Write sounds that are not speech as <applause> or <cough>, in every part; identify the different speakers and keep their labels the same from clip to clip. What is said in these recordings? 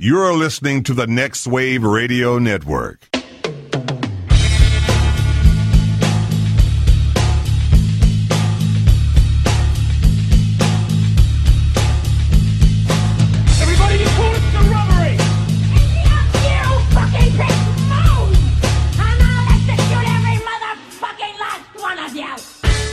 Speaker 1: You're listening to the Next Wave Radio Network.
Speaker 2: Everybody, you call it the robbery!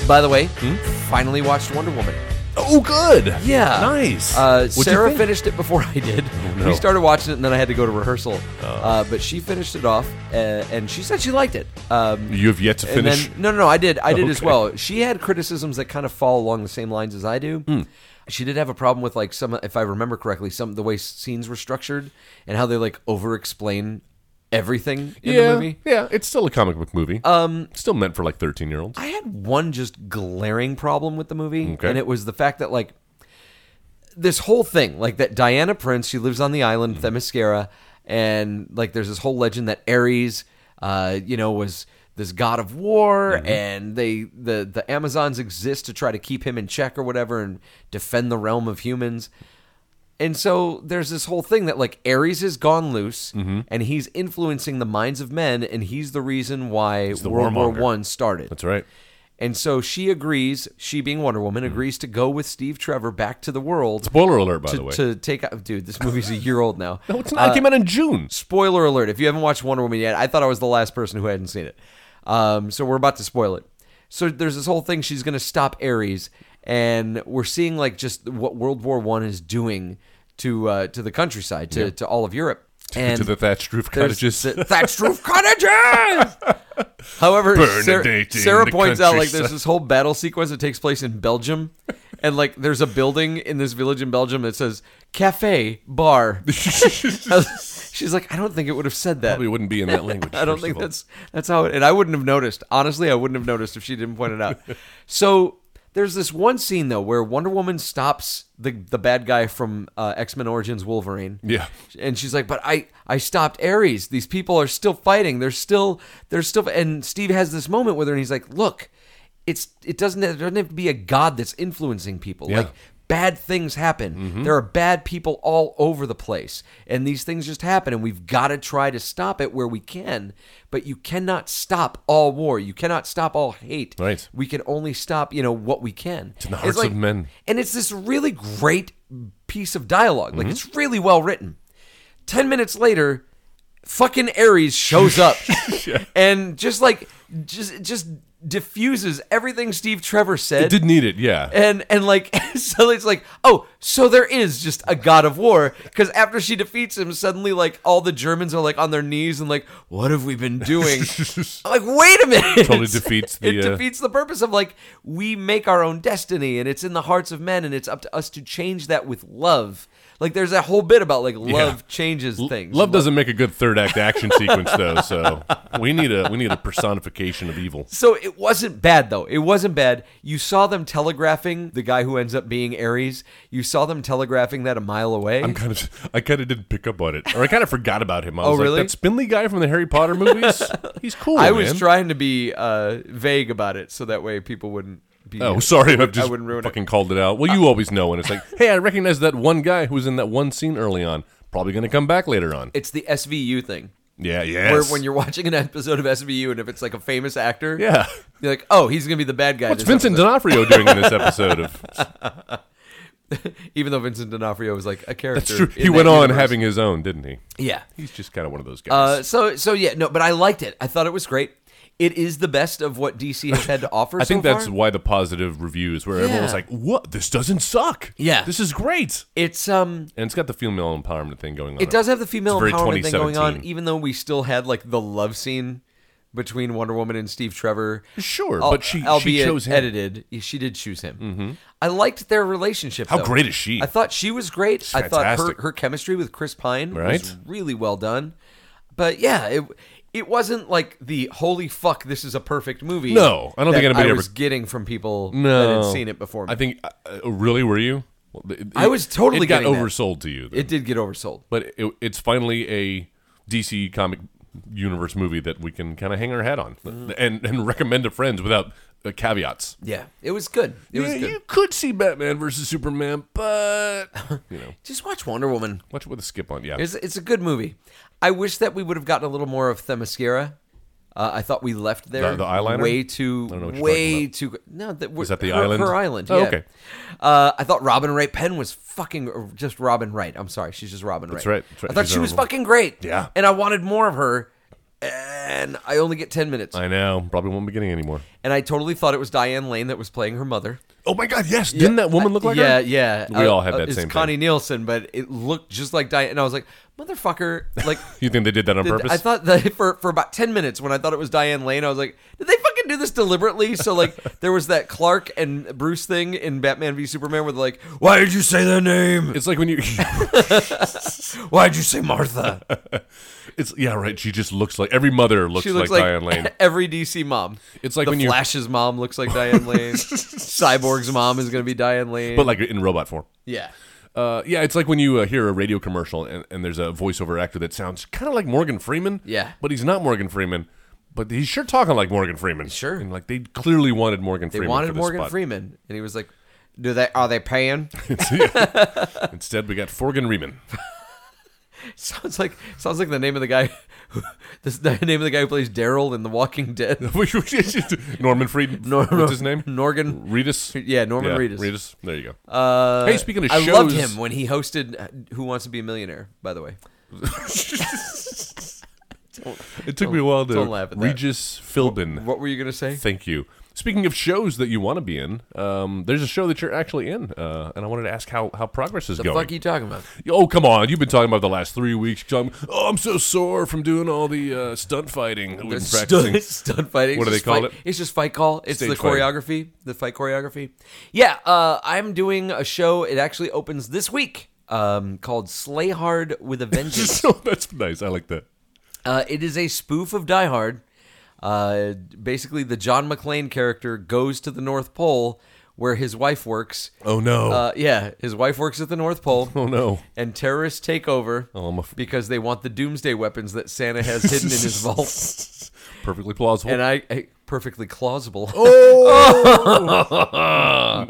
Speaker 3: By the way,
Speaker 4: Hmm?
Speaker 3: finally watched Wonder Woman.
Speaker 4: Oh, good.
Speaker 3: Yeah.
Speaker 4: Nice.
Speaker 3: Uh,
Speaker 4: What'd you
Speaker 3: Sarah
Speaker 4: think? Oh,
Speaker 3: finished it before <laughs> I did.
Speaker 4: no. Oh.
Speaker 3: We started watching it, and then I had to go to rehearsal. Uh, but she finished it off, uh, and she said she liked it. Um,
Speaker 4: You have yet to
Speaker 3: and
Speaker 4: finish.
Speaker 3: then no, no, no, I did, I did as
Speaker 4: Okay.
Speaker 3: well. She had criticisms that kind of fall along the same lines as I do.
Speaker 4: Hmm.
Speaker 3: She did have a problem with like some, if I remember correctly, some the way scenes were structured and how they like over-explain everything in
Speaker 4: yeah,
Speaker 3: the movie.
Speaker 4: yeah. It's still a comic book movie. Um, still meant for like thirteen-year-olds.
Speaker 3: I had one just glaring problem with the movie,
Speaker 4: Okay.
Speaker 3: and it was the fact that like this whole thing, like that Diana Prince, she lives on the island
Speaker 4: Mm-hmm.
Speaker 3: Themyscira, and like there's this whole legend that Ares, uh, you know, was this god of war,
Speaker 4: Mm-hmm.
Speaker 3: and they the the Amazons exist to try to keep him in check or whatever, and defend the realm of humans. And so there's this whole thing that like Ares has gone loose
Speaker 4: Mm-hmm.
Speaker 3: and he's influencing the minds of men and he's the reason why
Speaker 4: the
Speaker 3: World War
Speaker 4: warmonger.
Speaker 3: One started.
Speaker 4: That's right.
Speaker 3: And so she agrees, she being Wonder Woman, agrees to go with Steve Trevor back to the world.
Speaker 4: Spoiler alert, by
Speaker 3: to,
Speaker 4: the way.
Speaker 3: to uh, take out. Dude, this movie's a year old
Speaker 4: <laughs>
Speaker 3: now.
Speaker 4: no, it's not. it came out in June.
Speaker 3: Spoiler alert. If you haven't watched Wonder Woman yet, I thought I was the last person who hadn't seen it. Um, so we're about to spoil it. So there's this whole thing she's going to stop Ares, and we're seeing like just what World War One is doing to uh, to the countryside, to, to all of Europe. And
Speaker 4: to the thatched roof
Speaker 3: there's
Speaker 4: cottages. <laughs>
Speaker 3: the thatched roof cottages. However, Sarah,
Speaker 4: Bernadette in
Speaker 3: Sarah
Speaker 4: the
Speaker 3: points out like there's
Speaker 4: countryside.
Speaker 3: this whole battle sequence that takes place in Belgium, and like there's a building in this village in Belgium that says cafe
Speaker 4: <laughs>
Speaker 3: bar. <laughs> She's like, I don't think it would have said that.
Speaker 4: Probably wouldn't be in that <laughs> language.
Speaker 3: I don't
Speaker 4: first
Speaker 3: think
Speaker 4: of all.
Speaker 3: that's that's how it. And I wouldn't have noticed. Honestly, I wouldn't have noticed if she didn't point
Speaker 4: <laughs>
Speaker 3: it out. so there's this one scene though where Wonder Woman stops the the bad guy from uh, X Men Origins Wolverine.
Speaker 4: Yeah.
Speaker 3: and she's like, "But I I stopped Ares. These people are still fighting. They're still they're still." And Steve has this moment with her, and he's like, "Look, it's it doesn't it doesn't have to be a god that's influencing people.
Speaker 4: Yeah. Mm-hmm.
Speaker 3: Like bad things happen. There are bad people all over the place, and these things just happen, and we've got to try to stop it where we can. But you cannot stop all war. You cannot stop all hate.
Speaker 4: Right.
Speaker 3: We can only stop, you know, what we can. It's
Speaker 4: in the hearts of men.
Speaker 3: And it's this really great piece of dialog Like it's really well written. Ten minutes later, fucking Ares shows up and just like just just diffuses everything Steve Trevor said
Speaker 4: It did need it. Yeah.
Speaker 3: and and like <laughs> so it's like oh so there is just a god of war because after she defeats him suddenly like all the germans are like on their knees and like what have we been
Speaker 4: <laughs>
Speaker 3: doing I'm like wait a minute
Speaker 4: Totally defeats
Speaker 3: <laughs>
Speaker 4: the,
Speaker 3: it
Speaker 4: uh,
Speaker 3: defeats the purpose of like we make our own destiny and it's in the hearts of men and it's up to us to change that with love like there's that whole bit about like love changes things
Speaker 4: Love doesn't make a good third act action sequence though, so we need a we need a personification of evil.
Speaker 3: So it wasn't bad though. It wasn't bad. You saw them telegraphing the guy who ends up being Ares. You saw them telegraphing that a mile away.
Speaker 4: I'm kind of I kind of didn't pick up on it, or I kind of forgot about him. I
Speaker 3: Oh,
Speaker 4: was
Speaker 3: really?
Speaker 4: like, that spindly guy from the Harry
Speaker 3: <laughs>
Speaker 4: Potter movies. He's cool.
Speaker 3: I was
Speaker 4: man.
Speaker 3: trying to be uh, vague about it so that way people wouldn't be.
Speaker 4: Oh, sorry, I've just
Speaker 3: wouldn't ruin it. Uh,
Speaker 4: fucking called it out. Well, you always know when it's like, hey, I recognize that one guy who was in that one scene early on. Probably going to come back later on.
Speaker 3: It's the SVU thing.
Speaker 4: yeah, yes.
Speaker 3: Where when you're watching an episode of SVU and if it's like a famous actor,
Speaker 4: yeah.
Speaker 3: you're like, oh, he's gonna be the bad guy.
Speaker 4: What's
Speaker 3: this
Speaker 4: Vincent
Speaker 3: episode.
Speaker 4: D'Onofrio doing in this
Speaker 3: <laughs>
Speaker 4: episode of?
Speaker 3: Even though Vincent D'Onofrio was like a character.
Speaker 4: That's true.
Speaker 3: in
Speaker 4: He
Speaker 3: that
Speaker 4: went on
Speaker 3: universe.
Speaker 4: having his own, didn't he?
Speaker 3: yeah.
Speaker 4: He's just kind of one of those
Speaker 3: Uh,
Speaker 4: guys.
Speaker 3: so so yeah no, but I liked it. I thought it was great. It is the best of what DC has had to offer.
Speaker 4: I think
Speaker 3: so
Speaker 4: that's
Speaker 3: far.
Speaker 4: why the positive reviews, where everyone was
Speaker 3: Yeah.
Speaker 4: like, "What? This doesn't suck.
Speaker 3: Yeah.
Speaker 4: this is great."
Speaker 3: it's um
Speaker 4: And it's got the female empowerment thing going on.
Speaker 3: It does have the female
Speaker 4: It's very
Speaker 3: empowerment thing going on,
Speaker 4: 2017.
Speaker 3: even though we still had like the love scene between Wonder Woman and Steve Trevor.
Speaker 4: Sure,
Speaker 3: Al-
Speaker 4: but she- she
Speaker 3: albeit
Speaker 4: chose him. Mm-hmm.
Speaker 3: Edited, she did choose him. I liked their relationship.
Speaker 4: How
Speaker 3: though.
Speaker 4: great is she?
Speaker 3: I thought she was great. I thought her,
Speaker 4: fantastic.
Speaker 3: her chemistry with Chris Pine was
Speaker 4: Right?
Speaker 3: really well done. But yeah, it it wasn't like the holy fuck, this is a perfect movie.
Speaker 4: No, I don't think
Speaker 3: that
Speaker 4: anybody
Speaker 3: I
Speaker 4: ever-
Speaker 3: was getting from people that
Speaker 4: No,
Speaker 3: had seen it before. Me.
Speaker 4: I think. Uh, uh, really, were you? Well, th-
Speaker 3: I was totally
Speaker 4: It got
Speaker 3: getting that.
Speaker 4: oversold to you. then.
Speaker 3: it did get oversold.
Speaker 4: but it, it's finally a DC comic universe movie that we can kind of hang our hat on
Speaker 3: Mm-hmm.
Speaker 4: and and recommend to friends without uh, caveats.
Speaker 3: Yeah, it was good. It was
Speaker 4: yeah,
Speaker 3: good.
Speaker 4: you could see Batman versus Superman,
Speaker 3: <laughs>
Speaker 4: but you know,
Speaker 3: Just watch Wonder Woman.
Speaker 4: watch it with a skip on. Yeah,
Speaker 3: It's, it's a good movie. I wish that we would have gotten a little more of Themyscira. Uh, I thought we left there
Speaker 4: The- the eyeliner?
Speaker 3: way too
Speaker 4: don't know what you're
Speaker 3: way
Speaker 4: talking
Speaker 3: too no that was
Speaker 4: that the
Speaker 3: her,
Speaker 4: island?
Speaker 3: her island
Speaker 4: Oh,
Speaker 3: yeah.
Speaker 4: okay.
Speaker 3: uh, I thought Robin Wright Penn was fucking or just Robin Wright I'm sorry she's just Robin Wright
Speaker 4: right, that's right.
Speaker 3: I thought
Speaker 4: She's
Speaker 3: she was
Speaker 4: adorable.
Speaker 3: fucking great
Speaker 4: Yeah.
Speaker 3: and I wanted more of her and I only get ten minutes
Speaker 4: I know. Probably won't be getting any more.
Speaker 3: and I totally thought it was Diane Lane that was playing her mother
Speaker 4: Oh my God! Yes, didn't that woman look like
Speaker 3: yeah,
Speaker 4: her?
Speaker 3: Yeah, Uh,
Speaker 4: We all had that
Speaker 3: it's
Speaker 4: same thing.
Speaker 3: Connie Nielsen, but it looked just like Diane. And I was like, motherfucker, like.
Speaker 4: You think they did that on
Speaker 3: did-
Speaker 4: purpose?
Speaker 3: I thought that <laughs> for, for about ten minutes when I thought it was Diane Lane, I was like, "Did they fucking do this deliberately?" So like,
Speaker 4: <laughs>
Speaker 3: there was that Clark and Bruce thing in Batman v Superman, where they're like, "Why did you say their name?
Speaker 4: it's like when you,
Speaker 3: <laughs> Why did you say Martha?"
Speaker 4: it's yeah, right. She just looks like every mother looks,
Speaker 3: She looks
Speaker 4: like,
Speaker 3: like, <laughs>
Speaker 4: Diane Lane.
Speaker 3: every DC mom.
Speaker 4: It's like
Speaker 3: the
Speaker 4: when you-
Speaker 3: Flash's mom looks like Diane
Speaker 4: <laughs>
Speaker 3: Lane. Cyborg's mom is gonna be Diane Lane.
Speaker 4: but like in robot form.
Speaker 3: yeah,
Speaker 4: Uh, yeah, it's like when you uh, hear a radio commercial and, and there's a voiceover actor that sounds kind of like Morgan Freeman.
Speaker 3: Yeah.
Speaker 4: but he's not Morgan Freeman. But he's sure talking like Morgan Freeman.
Speaker 3: Sure.
Speaker 4: and like they clearly wanted Morgan
Speaker 3: they
Speaker 4: Freeman. for
Speaker 3: wanted
Speaker 4: this
Speaker 3: Morgan
Speaker 4: spot. <laughs>
Speaker 3: Freeman, and he was like, "Do they? Are they paying?"
Speaker 4: Instead, we got Forgan Freeman. <laughs>
Speaker 3: Sounds like sounds like the name of the guy. <laughs> Who, this the name of the guy who plays Daryl in The Walking
Speaker 4: <laughs>
Speaker 3: Dead.
Speaker 4: Norman Freed. What's his name?
Speaker 3: Norgan.
Speaker 4: Reedus.
Speaker 3: Yeah, Norman Reedus.
Speaker 4: Reedus. There you go. Uh, hey, speaking of
Speaker 3: I
Speaker 4: shows,
Speaker 3: loved him when he hosted uh, Who Wants to Be a Millionaire. By the way,
Speaker 4: It took me a while
Speaker 3: don't
Speaker 4: to
Speaker 3: laugh at that.
Speaker 4: Regis Philbin.
Speaker 3: what were you gonna say?
Speaker 4: Thank you. Speaking of shows that you want to be in, um, there's a show that you're actually in, uh, and I wanted to ask how, how progress is
Speaker 3: The
Speaker 4: going.
Speaker 3: fuck are you talking about?
Speaker 4: Oh, come on. You've been talking about the last three weeks. Talking, oh, I'm so sore from doing all the uh, stunt fighting that we've been
Speaker 3: <laughs>
Speaker 4: practicing. <laughs>
Speaker 3: Stunt, stunt fighting.
Speaker 4: What do
Speaker 3: It's just
Speaker 4: they call
Speaker 3: fight-
Speaker 4: it?
Speaker 3: It's just fight call. It's
Speaker 4: Stage
Speaker 3: the
Speaker 4: fighting.
Speaker 3: choreography. The fight choreography. Yeah, uh, I'm doing a show. It actually opens this week. Um, called Slay Hard
Speaker 4: <laughs>
Speaker 3: with a Vengeance.
Speaker 4: so Oh, that's nice. I like that.
Speaker 3: Uh, it is a spoof of Die Hard. Uh, basically, the John McClane character goes to the North Pole where his wife works.
Speaker 4: Oh, no.
Speaker 3: Uh, yeah, his wife works at the North Pole.
Speaker 4: <laughs> oh, no.
Speaker 3: And terrorists take over
Speaker 4: Oh, I'm a f-
Speaker 3: because they want the doomsday weapons that Santa has hidden in
Speaker 4: <laughs>
Speaker 3: his vault.
Speaker 4: Perfectly plausible.
Speaker 3: And I, I perfectly plausible.
Speaker 4: Oh,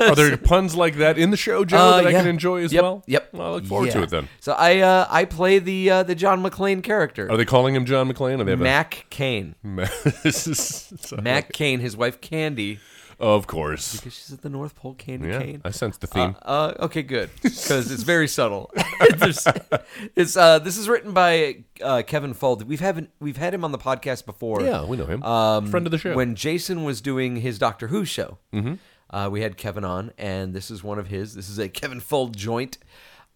Speaker 4: Are there puns like that in the show, Joe,
Speaker 3: Uh,
Speaker 4: that I
Speaker 3: yeah.
Speaker 4: can enjoy as
Speaker 3: Yep,
Speaker 4: well?
Speaker 3: Yep.
Speaker 4: Well, I look forward to
Speaker 3: Yeah.
Speaker 4: it then.
Speaker 3: So I uh, I play the uh, the John McClane character,
Speaker 4: Are they Hmm, calling him John McClane? Or they have a-
Speaker 3: Mac Kane.
Speaker 4: <laughs> This is- sorry.
Speaker 3: Mac Kane, his wife Candy,
Speaker 4: Of course.
Speaker 3: because she's at the North Pole. Candy
Speaker 4: Yeah,
Speaker 3: Kane.
Speaker 4: I sense the theme.
Speaker 3: Uh, okay, good,
Speaker 4: <laughs>
Speaker 3: because it's very subtle. <laughs> There's- it's uh, this is written by uh, Kevin Fold. We've haven't we've had him on the podcast before.
Speaker 4: yeah, we know him.
Speaker 3: Um,
Speaker 4: Friend of the show. Mm-hmm.
Speaker 3: When Jason was doing his Doctor Who show, uh, we had Kevin on, and this is one of his. This is a Kevin Fold joint,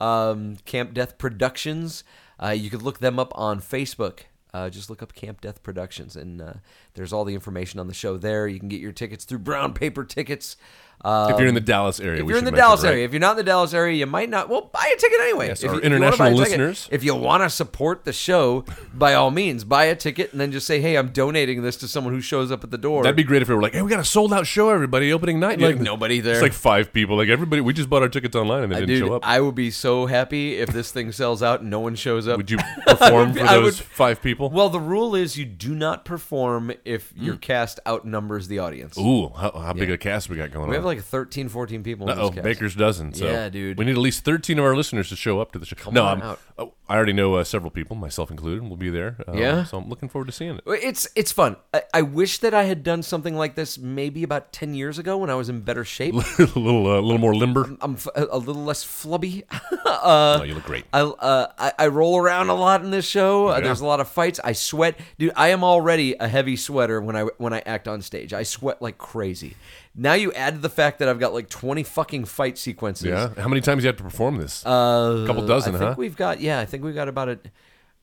Speaker 3: um, Camp Death Productions. Uh, you could look them up on Facebook. Uh, just look up Camp Death Productions, and uh, there's all the information on the show there. You can get your tickets through Brown Paper Tickets. Uh,
Speaker 4: if you're in the Dallas area,
Speaker 3: if
Speaker 4: we
Speaker 3: you're in
Speaker 4: should
Speaker 3: the
Speaker 4: mention,
Speaker 3: Dallas
Speaker 4: right?
Speaker 3: area, if you're not in the Dallas area, you might not. Well, buy a ticket anyway.
Speaker 4: Yes,
Speaker 3: if
Speaker 4: our
Speaker 3: you, if you wanna buy a
Speaker 4: international
Speaker 3: ticket.
Speaker 4: listeners.
Speaker 3: if you want to support the show, by all means, buy a ticket and then just say, "Hey, I'm donating this to someone who shows up at the door."
Speaker 4: That'd be great if we were like, hey, we got a sold out show, everybody, opening night.
Speaker 3: Like,
Speaker 4: Yeah.
Speaker 3: nobody there.
Speaker 4: It's like five people. Like, everybody, we just bought our tickets online and they didn't
Speaker 3: Dude,
Speaker 4: show up.
Speaker 3: I would be so happy if this thing sells out and no one shows up.
Speaker 4: would you perform
Speaker 3: <laughs>
Speaker 4: for
Speaker 3: I
Speaker 4: those
Speaker 3: would-
Speaker 4: five people?
Speaker 3: Well, the rule is you do not perform if your cast outnumbers the audience.
Speaker 4: Mm. Ooh, how, how big a cast we got going
Speaker 3: We
Speaker 4: on?
Speaker 3: have like 13, 14 people. in
Speaker 4: oh,
Speaker 3: this cast.
Speaker 4: Baker's dozen. So
Speaker 3: Yeah, dude.
Speaker 4: We need at least thirteen of our listeners to show up to the show. no,
Speaker 3: on
Speaker 4: I'm,
Speaker 3: out.
Speaker 4: oh, I already know uh, several people, myself included. We'll be there. Uh,
Speaker 3: Yeah?
Speaker 4: So I'm looking forward to seeing it. <laughs>
Speaker 3: It's it's fun. I, I wish that I had done something like this maybe about ten years ago when I was in better
Speaker 4: <laughs>
Speaker 3: shape.
Speaker 4: a little, uh, little more limber.
Speaker 3: I'm f- a a little less flubby.
Speaker 4: oh, you look great.
Speaker 3: I, uh, I I roll around a lot in this show. Uh, there's a lot of fights. I sweat, dude. I am already a heavy sweater when I when I act on stage. I sweat like crazy. Now you add the fact that I've got like 20 fucking fight sequences.
Speaker 4: yeah. How many times do you have to perform this? Uh, a couple dozen,
Speaker 3: I
Speaker 4: huh?
Speaker 3: think we've got yeah. I think we've got about a.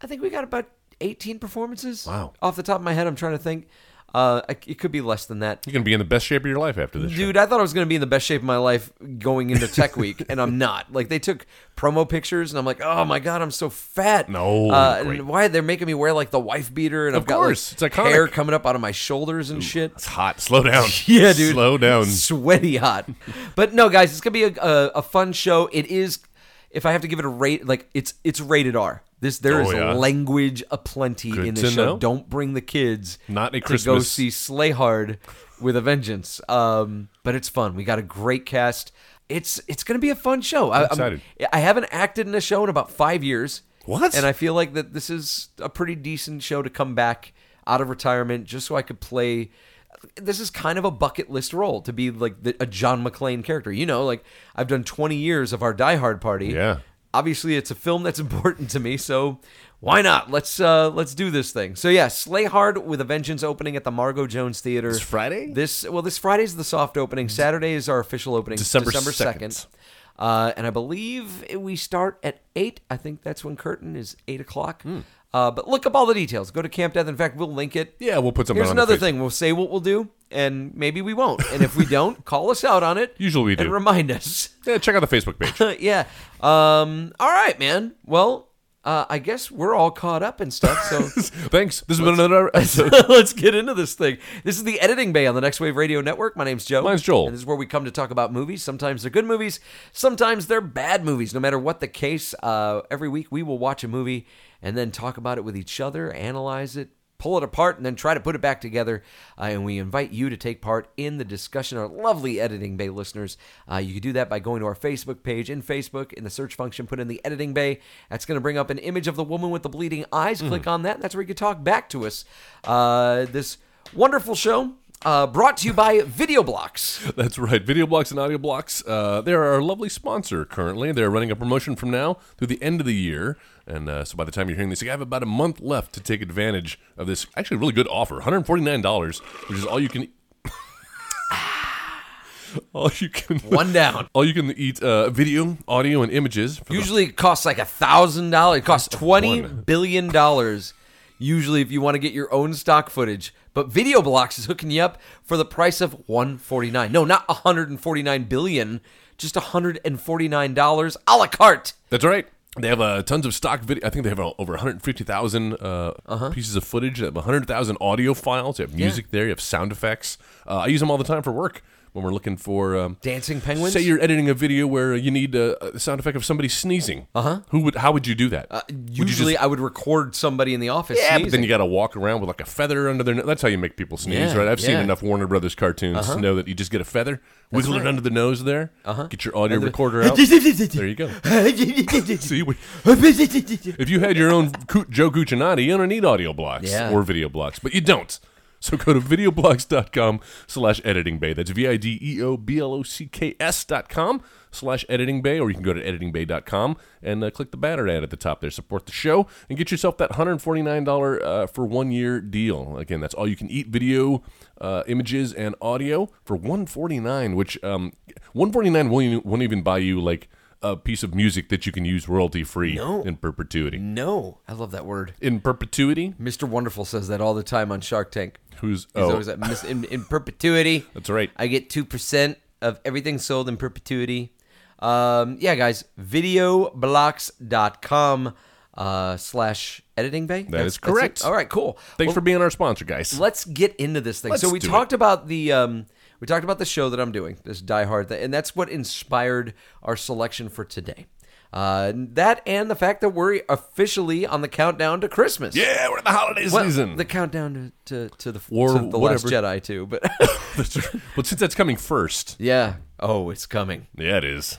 Speaker 3: I think we got about 18 performances.
Speaker 4: Wow.
Speaker 3: Off the top of my head, I'm trying to think. Uh, I- it could be less than that.
Speaker 4: You're gonna be in the best shape of your life after this. show.
Speaker 3: Dude, I thought I was going to be in the best shape of my life going into Tech Week, and I'm not. Like they took promo pictures, and I'm like, oh my god, I'm so fat.
Speaker 4: No,
Speaker 3: uh,
Speaker 4: great.
Speaker 3: and why they're making me wear like the wife beater, and
Speaker 4: Of
Speaker 3: I've got
Speaker 4: course, it's
Speaker 3: like,
Speaker 4: iconic.
Speaker 3: hair coming up out of my shoulders and shit.
Speaker 4: It's hot. Slow down.
Speaker 3: <laughs> Yeah, dude.
Speaker 4: Slow down.
Speaker 3: Sweaty hot. but no, guys, it's gonna be a, a, a fun show. It is. if I have to give it a rate, like it's it's rated R. This there
Speaker 4: Oh,
Speaker 3: is
Speaker 4: yeah.
Speaker 3: language aplenty
Speaker 4: Good
Speaker 3: in
Speaker 4: to
Speaker 3: this show.
Speaker 4: know.
Speaker 3: Don't bring the kids
Speaker 4: Not
Speaker 3: to
Speaker 4: a
Speaker 3: go
Speaker 4: Christmas-
Speaker 3: see Slay Hard with a vengeance. Um, but it's fun. We got a great cast. It's it's going to be a fun show. I, I'm
Speaker 4: excited.
Speaker 3: I haven't acted in a show in about five years.
Speaker 4: What?
Speaker 3: And I feel like that this is a pretty decent show to come back out of retirement just so I could play. This is kind of a bucket list role to be like the, a John McClane character. You know, like I've done 20 years of our Die Hard party.
Speaker 4: Yeah.
Speaker 3: Obviously, it's a film that's <laughs> important to me, so why not? Let's uh let's do this thing. So yeah, Slay Hard with a Vengeance opening at the Margot Jones Theater
Speaker 4: This Friday?
Speaker 3: This well, this Friday's the soft opening. Saturday is our official opening.
Speaker 4: December 2nd.
Speaker 3: 2nd. Uh, and I believe we start at 8. I think that's when curtain is 8 o'clock.
Speaker 4: Hmm.
Speaker 3: Uh, but look up all the details. Go to Camp Death. In fact, we'll link it.
Speaker 4: Yeah, we'll put something
Speaker 3: Here's
Speaker 4: on the
Speaker 3: another
Speaker 4: Facebook.
Speaker 3: thing. We'll say what we'll do, and maybe we won't. And
Speaker 4: <laughs>
Speaker 3: if we don't, call us out on it.
Speaker 4: Usually we
Speaker 3: And
Speaker 4: do.
Speaker 3: remind us. <laughs>
Speaker 4: Yeah, check out the Facebook page.
Speaker 3: yeah. Um, all right, man. Well, uh, I guess we're all caught up and stuff,
Speaker 4: <laughs>
Speaker 3: so
Speaker 4: Thanks. This has
Speaker 3: <laughs>
Speaker 4: been another episode.
Speaker 3: let's get into this thing. This is the editing bay on the Next Wave Radio Network. My name's Joe.
Speaker 4: Mine's Joel.
Speaker 3: And this is where we come to talk about movies. Sometimes they're good movies, sometimes they're bad movies. No matter what the case, uh, every week we will watch a movie and then talk about it with each other, analyze it. Pull it apart and then try to put it back together. Uh, and we invite you to take part in the discussion, our lovely Editing Bay listeners. Uh, you can do that by going to our Facebook page in Facebook, in the search function, put in the Editing Bay. That's going to bring up an image of the woman with the bleeding eyes. Click on that. And that's where you can talk back to us. Uh, this wonderful show uh, brought to you by Video Blocks.
Speaker 4: That's right. Video blocks and audio blocks. Uh, they're our lovely sponsor currently. They're running a promotion from now through the end of the year. And uh, so by the time you're hearing this, you have about a month left to take advantage of this actually really good offer $149, which is all you <laughs> can. e- all you can.
Speaker 3: Ah. One down.
Speaker 4: <laughs> All you can eat uh, video, audio, and images. For the-
Speaker 3: Usually it costs like a thousand dollars. It costs twenty
Speaker 4: One.
Speaker 3: billion dollars. Usually, if you want to get your own stock footage, but Video Blocks is hooking you up for the price of one forty nine. No, not one hundred and forty nine billion, just one hundred and forty nine dollars a la carte.
Speaker 4: That's right. They have uh, tons of stock video. I think they have uh, over 150,000 uh,
Speaker 3: Uh-huh.
Speaker 4: pieces of footage. They have 100,000 audio files. You have music there. You have sound effects. Uh, I use them all the time for work when we're looking for um,
Speaker 3: Dancing penguins?
Speaker 4: Say you're editing a video where you need a, a sound effect of somebody sneezing. Uh huh. Who would? How would you do that? Uh,
Speaker 3: Uh-huh. Usually, I would record somebody in the office.
Speaker 4: yeah, but
Speaker 3: sneezing.
Speaker 4: then you got to walk around with like a feather under their nose. That's how you make people sneeze,
Speaker 3: Yeah,
Speaker 4: right? I've seen
Speaker 3: yeah. Uh-huh.
Speaker 4: enough Warner Brothers cartoons to know that you just get a feather, wiggle it under the nose there, uh-huh. get your audio
Speaker 3: <laughs>
Speaker 4: recorder out. there you go. See, we, if you had your own Coo- Joe Cucinotti, you don't need audio blocks
Speaker 3: Yeah.
Speaker 4: or video blocks, but you don't. So go to videoblocks.com slash editing bay. That's E V-I-D-E-O-B-L-O-C-K-S dot com slash editing bay, or you can go to editingbay.com and uh, click the banner ad at the top there. Support the show and get yourself that $149 uh, for one year deal. Again, that's all you can eat video, uh, images, and audio for 149 which um, 149 won't, won't even buy you like a piece of music that you can use royalty free in perpetuity.
Speaker 3: <laughs> no, I love that word.
Speaker 4: In perpetuity?
Speaker 3: Mr. Wonderful says that all the time on Shark Tank.
Speaker 4: Who's
Speaker 3: He's
Speaker 4: oh,
Speaker 3: always at mis- in, in perpetuity.
Speaker 4: <laughs> That's right.
Speaker 3: I get two percent of everything sold in perpetuity. Um, yeah, guys, videoblocks.com uh, slash editing bay.
Speaker 4: is
Speaker 3: that's it.
Speaker 4: correct.
Speaker 3: All right, cool.
Speaker 4: thanks
Speaker 3: Well,
Speaker 4: for being our sponsor, guys.
Speaker 3: Let's get into this thing.
Speaker 4: Let's
Speaker 3: so we
Speaker 4: do
Speaker 3: talked about the um, we talked about the show that I'm doing, this Die Hard, thing, and that's what inspired our selection for today. Uh, that and the fact that we're officially on the countdown to Christmas.
Speaker 4: yeah, we're in the holiday
Speaker 3: Well,
Speaker 4: season. <laughs>
Speaker 3: the countdown to to, to the,
Speaker 4: Or
Speaker 3: to the Last
Speaker 4: whatever.
Speaker 3: Jedi too,
Speaker 4: <laughs>
Speaker 3: but <laughs>
Speaker 4: well, since that's coming first,
Speaker 3: yeah. Oh, it's coming,
Speaker 4: yeah, it is.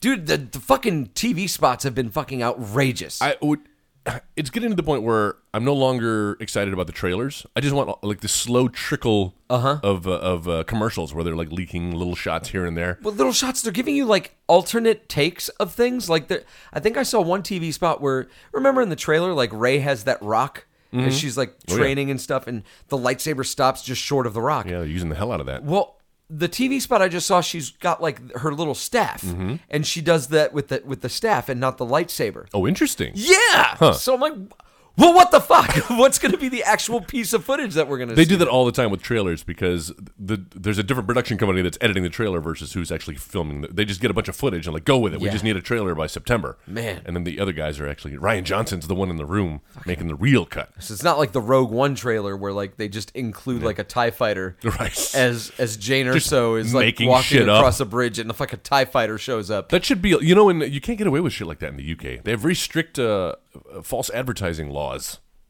Speaker 3: dude. The, the fucking TV spots have been fucking outrageous.
Speaker 4: I would. It's getting to the point where I'm no longer excited about the trailers. I just want like the slow trickle
Speaker 3: Uh-huh.
Speaker 4: of uh, of uh, commercials where they're like leaking little shots here and there.
Speaker 3: well, little shots. They're giving you like alternate takes of things. Like the, I think I saw one TV spot where remember in the trailer, like Ray has that rock.
Speaker 4: Mm-hmm.
Speaker 3: And she's
Speaker 4: Oh,
Speaker 3: like training and stuff, and the lightsaber stops just short of the rock.
Speaker 4: Yeah, they're using the hell out of that.
Speaker 3: Well, the TV spot I just saw, she's got like her little staff,
Speaker 4: Mm-hmm.
Speaker 3: and she does that with the with the staff and not the lightsaber.
Speaker 4: Oh, interesting.
Speaker 3: Yeah. So I'm like, Well, what the fuck? <laughs> What's going to be the actual piece of footage that we're going to
Speaker 4: They
Speaker 3: see?
Speaker 4: do that all the time with trailers because the there's a different production company that's editing the trailer versus who's actually filming. The, they just get a bunch of footage and like go with it. We
Speaker 3: Yeah.
Speaker 4: just need a trailer by September,
Speaker 3: Man.
Speaker 4: And then the other guys are actually Ryan Johnson's the one in the room making the real cut.
Speaker 3: So it's not like the Rogue One trailer where like they just include like a Tie Fighter
Speaker 4: <laughs> Right.
Speaker 3: as as Jane
Speaker 4: Just
Speaker 3: Erso is like
Speaker 4: making
Speaker 3: walking
Speaker 4: shit up.
Speaker 3: across a bridge and the fucking Tie Fighter shows up.
Speaker 4: That should be you know, and you can't get away with shit like that in the UK. They have very strict uh, uh, false advertising laws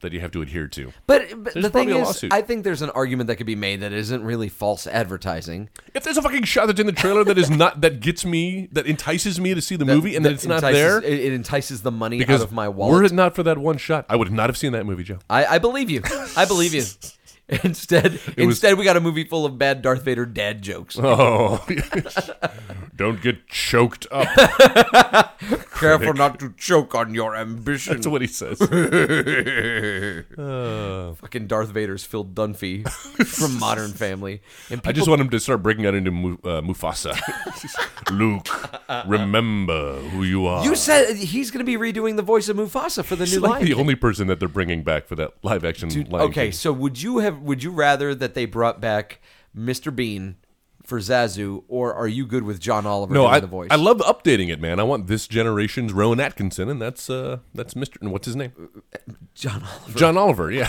Speaker 4: that you have to adhere to.
Speaker 3: But, but the thing
Speaker 4: probably a
Speaker 3: is,
Speaker 4: lawsuit.
Speaker 3: I think there's an argument that could be made that isn't really false advertising.
Speaker 4: If there's a fucking shot that's in the trailer that is not that gets me that entices me to see the movie and
Speaker 3: that
Speaker 4: then it's not
Speaker 3: entices-
Speaker 4: there
Speaker 3: It, it entices the money
Speaker 4: because
Speaker 3: out of my
Speaker 4: were
Speaker 3: wallet.
Speaker 4: it not for that one shot, I would not have seen that movie, Joe.
Speaker 3: I, I believe you. I believe
Speaker 4: <laughs>
Speaker 3: you. <laughs> Instead,
Speaker 4: was-
Speaker 3: instead we got a movie full of bad Darth Vader dad jokes.
Speaker 4: Oh, <laughs> don't get choked
Speaker 3: <laughs>
Speaker 4: up.
Speaker 3: Careful not to choke on your ambition.
Speaker 4: That's what he says.
Speaker 3: Fucking Darth Vader's Phil
Speaker 4: <laughs>
Speaker 3: Dunphy from Modern Family. And
Speaker 4: I
Speaker 3: people
Speaker 4: just want him to start breaking out into Mu- uh, Mufasa. <laughs> Luke, remember who you are.
Speaker 3: You said he's going to be redoing the voice of Mufasa for the
Speaker 4: He's
Speaker 3: new
Speaker 4: like
Speaker 3: Lion
Speaker 4: the
Speaker 3: King.
Speaker 4: only person that they're bringing back for that live action. Lion
Speaker 3: okay,
Speaker 4: King.
Speaker 3: so would you have? Would you rather that they brought back Mr. Bean for Zazu, or are you good with John Oliver
Speaker 4: No,
Speaker 3: doing
Speaker 4: I,
Speaker 3: the voice?
Speaker 4: I love updating it, man. I want this generation's Rowan Atkinson, and that's uh, that's Mr. And what's his name?
Speaker 3: John Oliver. <laughs>
Speaker 4: John Oliver. Yeah,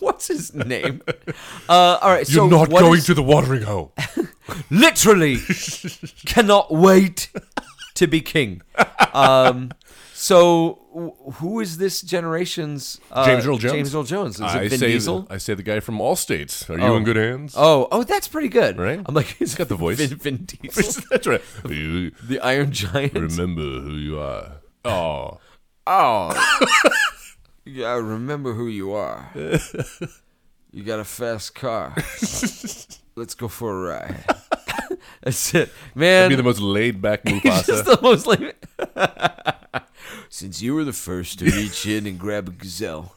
Speaker 3: What's his name? uh, all right, so what is-
Speaker 4: the
Speaker 3: <laughs>
Speaker 4: watering hole. <laughs>
Speaker 3: literally cannot wait to be king. Um, so wh- who is this generation's uh,
Speaker 4: James Earl Jones.
Speaker 3: James Earl Jones is
Speaker 4: I
Speaker 3: it Vin
Speaker 4: say
Speaker 3: Diesel?
Speaker 4: The, I say the guy from All States. Are you in good hands?
Speaker 3: Oh, oh, that's pretty good.
Speaker 4: Right?
Speaker 3: I'm like, he's got <laughs>
Speaker 4: the voice.
Speaker 3: Vin, Vin <laughs> Diesel,
Speaker 4: <laughs> that's right. You
Speaker 3: the Iron Giant.
Speaker 4: remember who you are. Oh,
Speaker 3: Oh. yeah, I remember who you
Speaker 4: <laughs>
Speaker 3: are. you got a fast car. Let's go for a ride. <laughs> That's it. Man,
Speaker 4: be the most
Speaker 3: <laughs>
Speaker 4: laid back
Speaker 3: he's
Speaker 4: Mufasa.
Speaker 3: just the most like. <laughs> Since you were the first to reach in and grab a gazelle,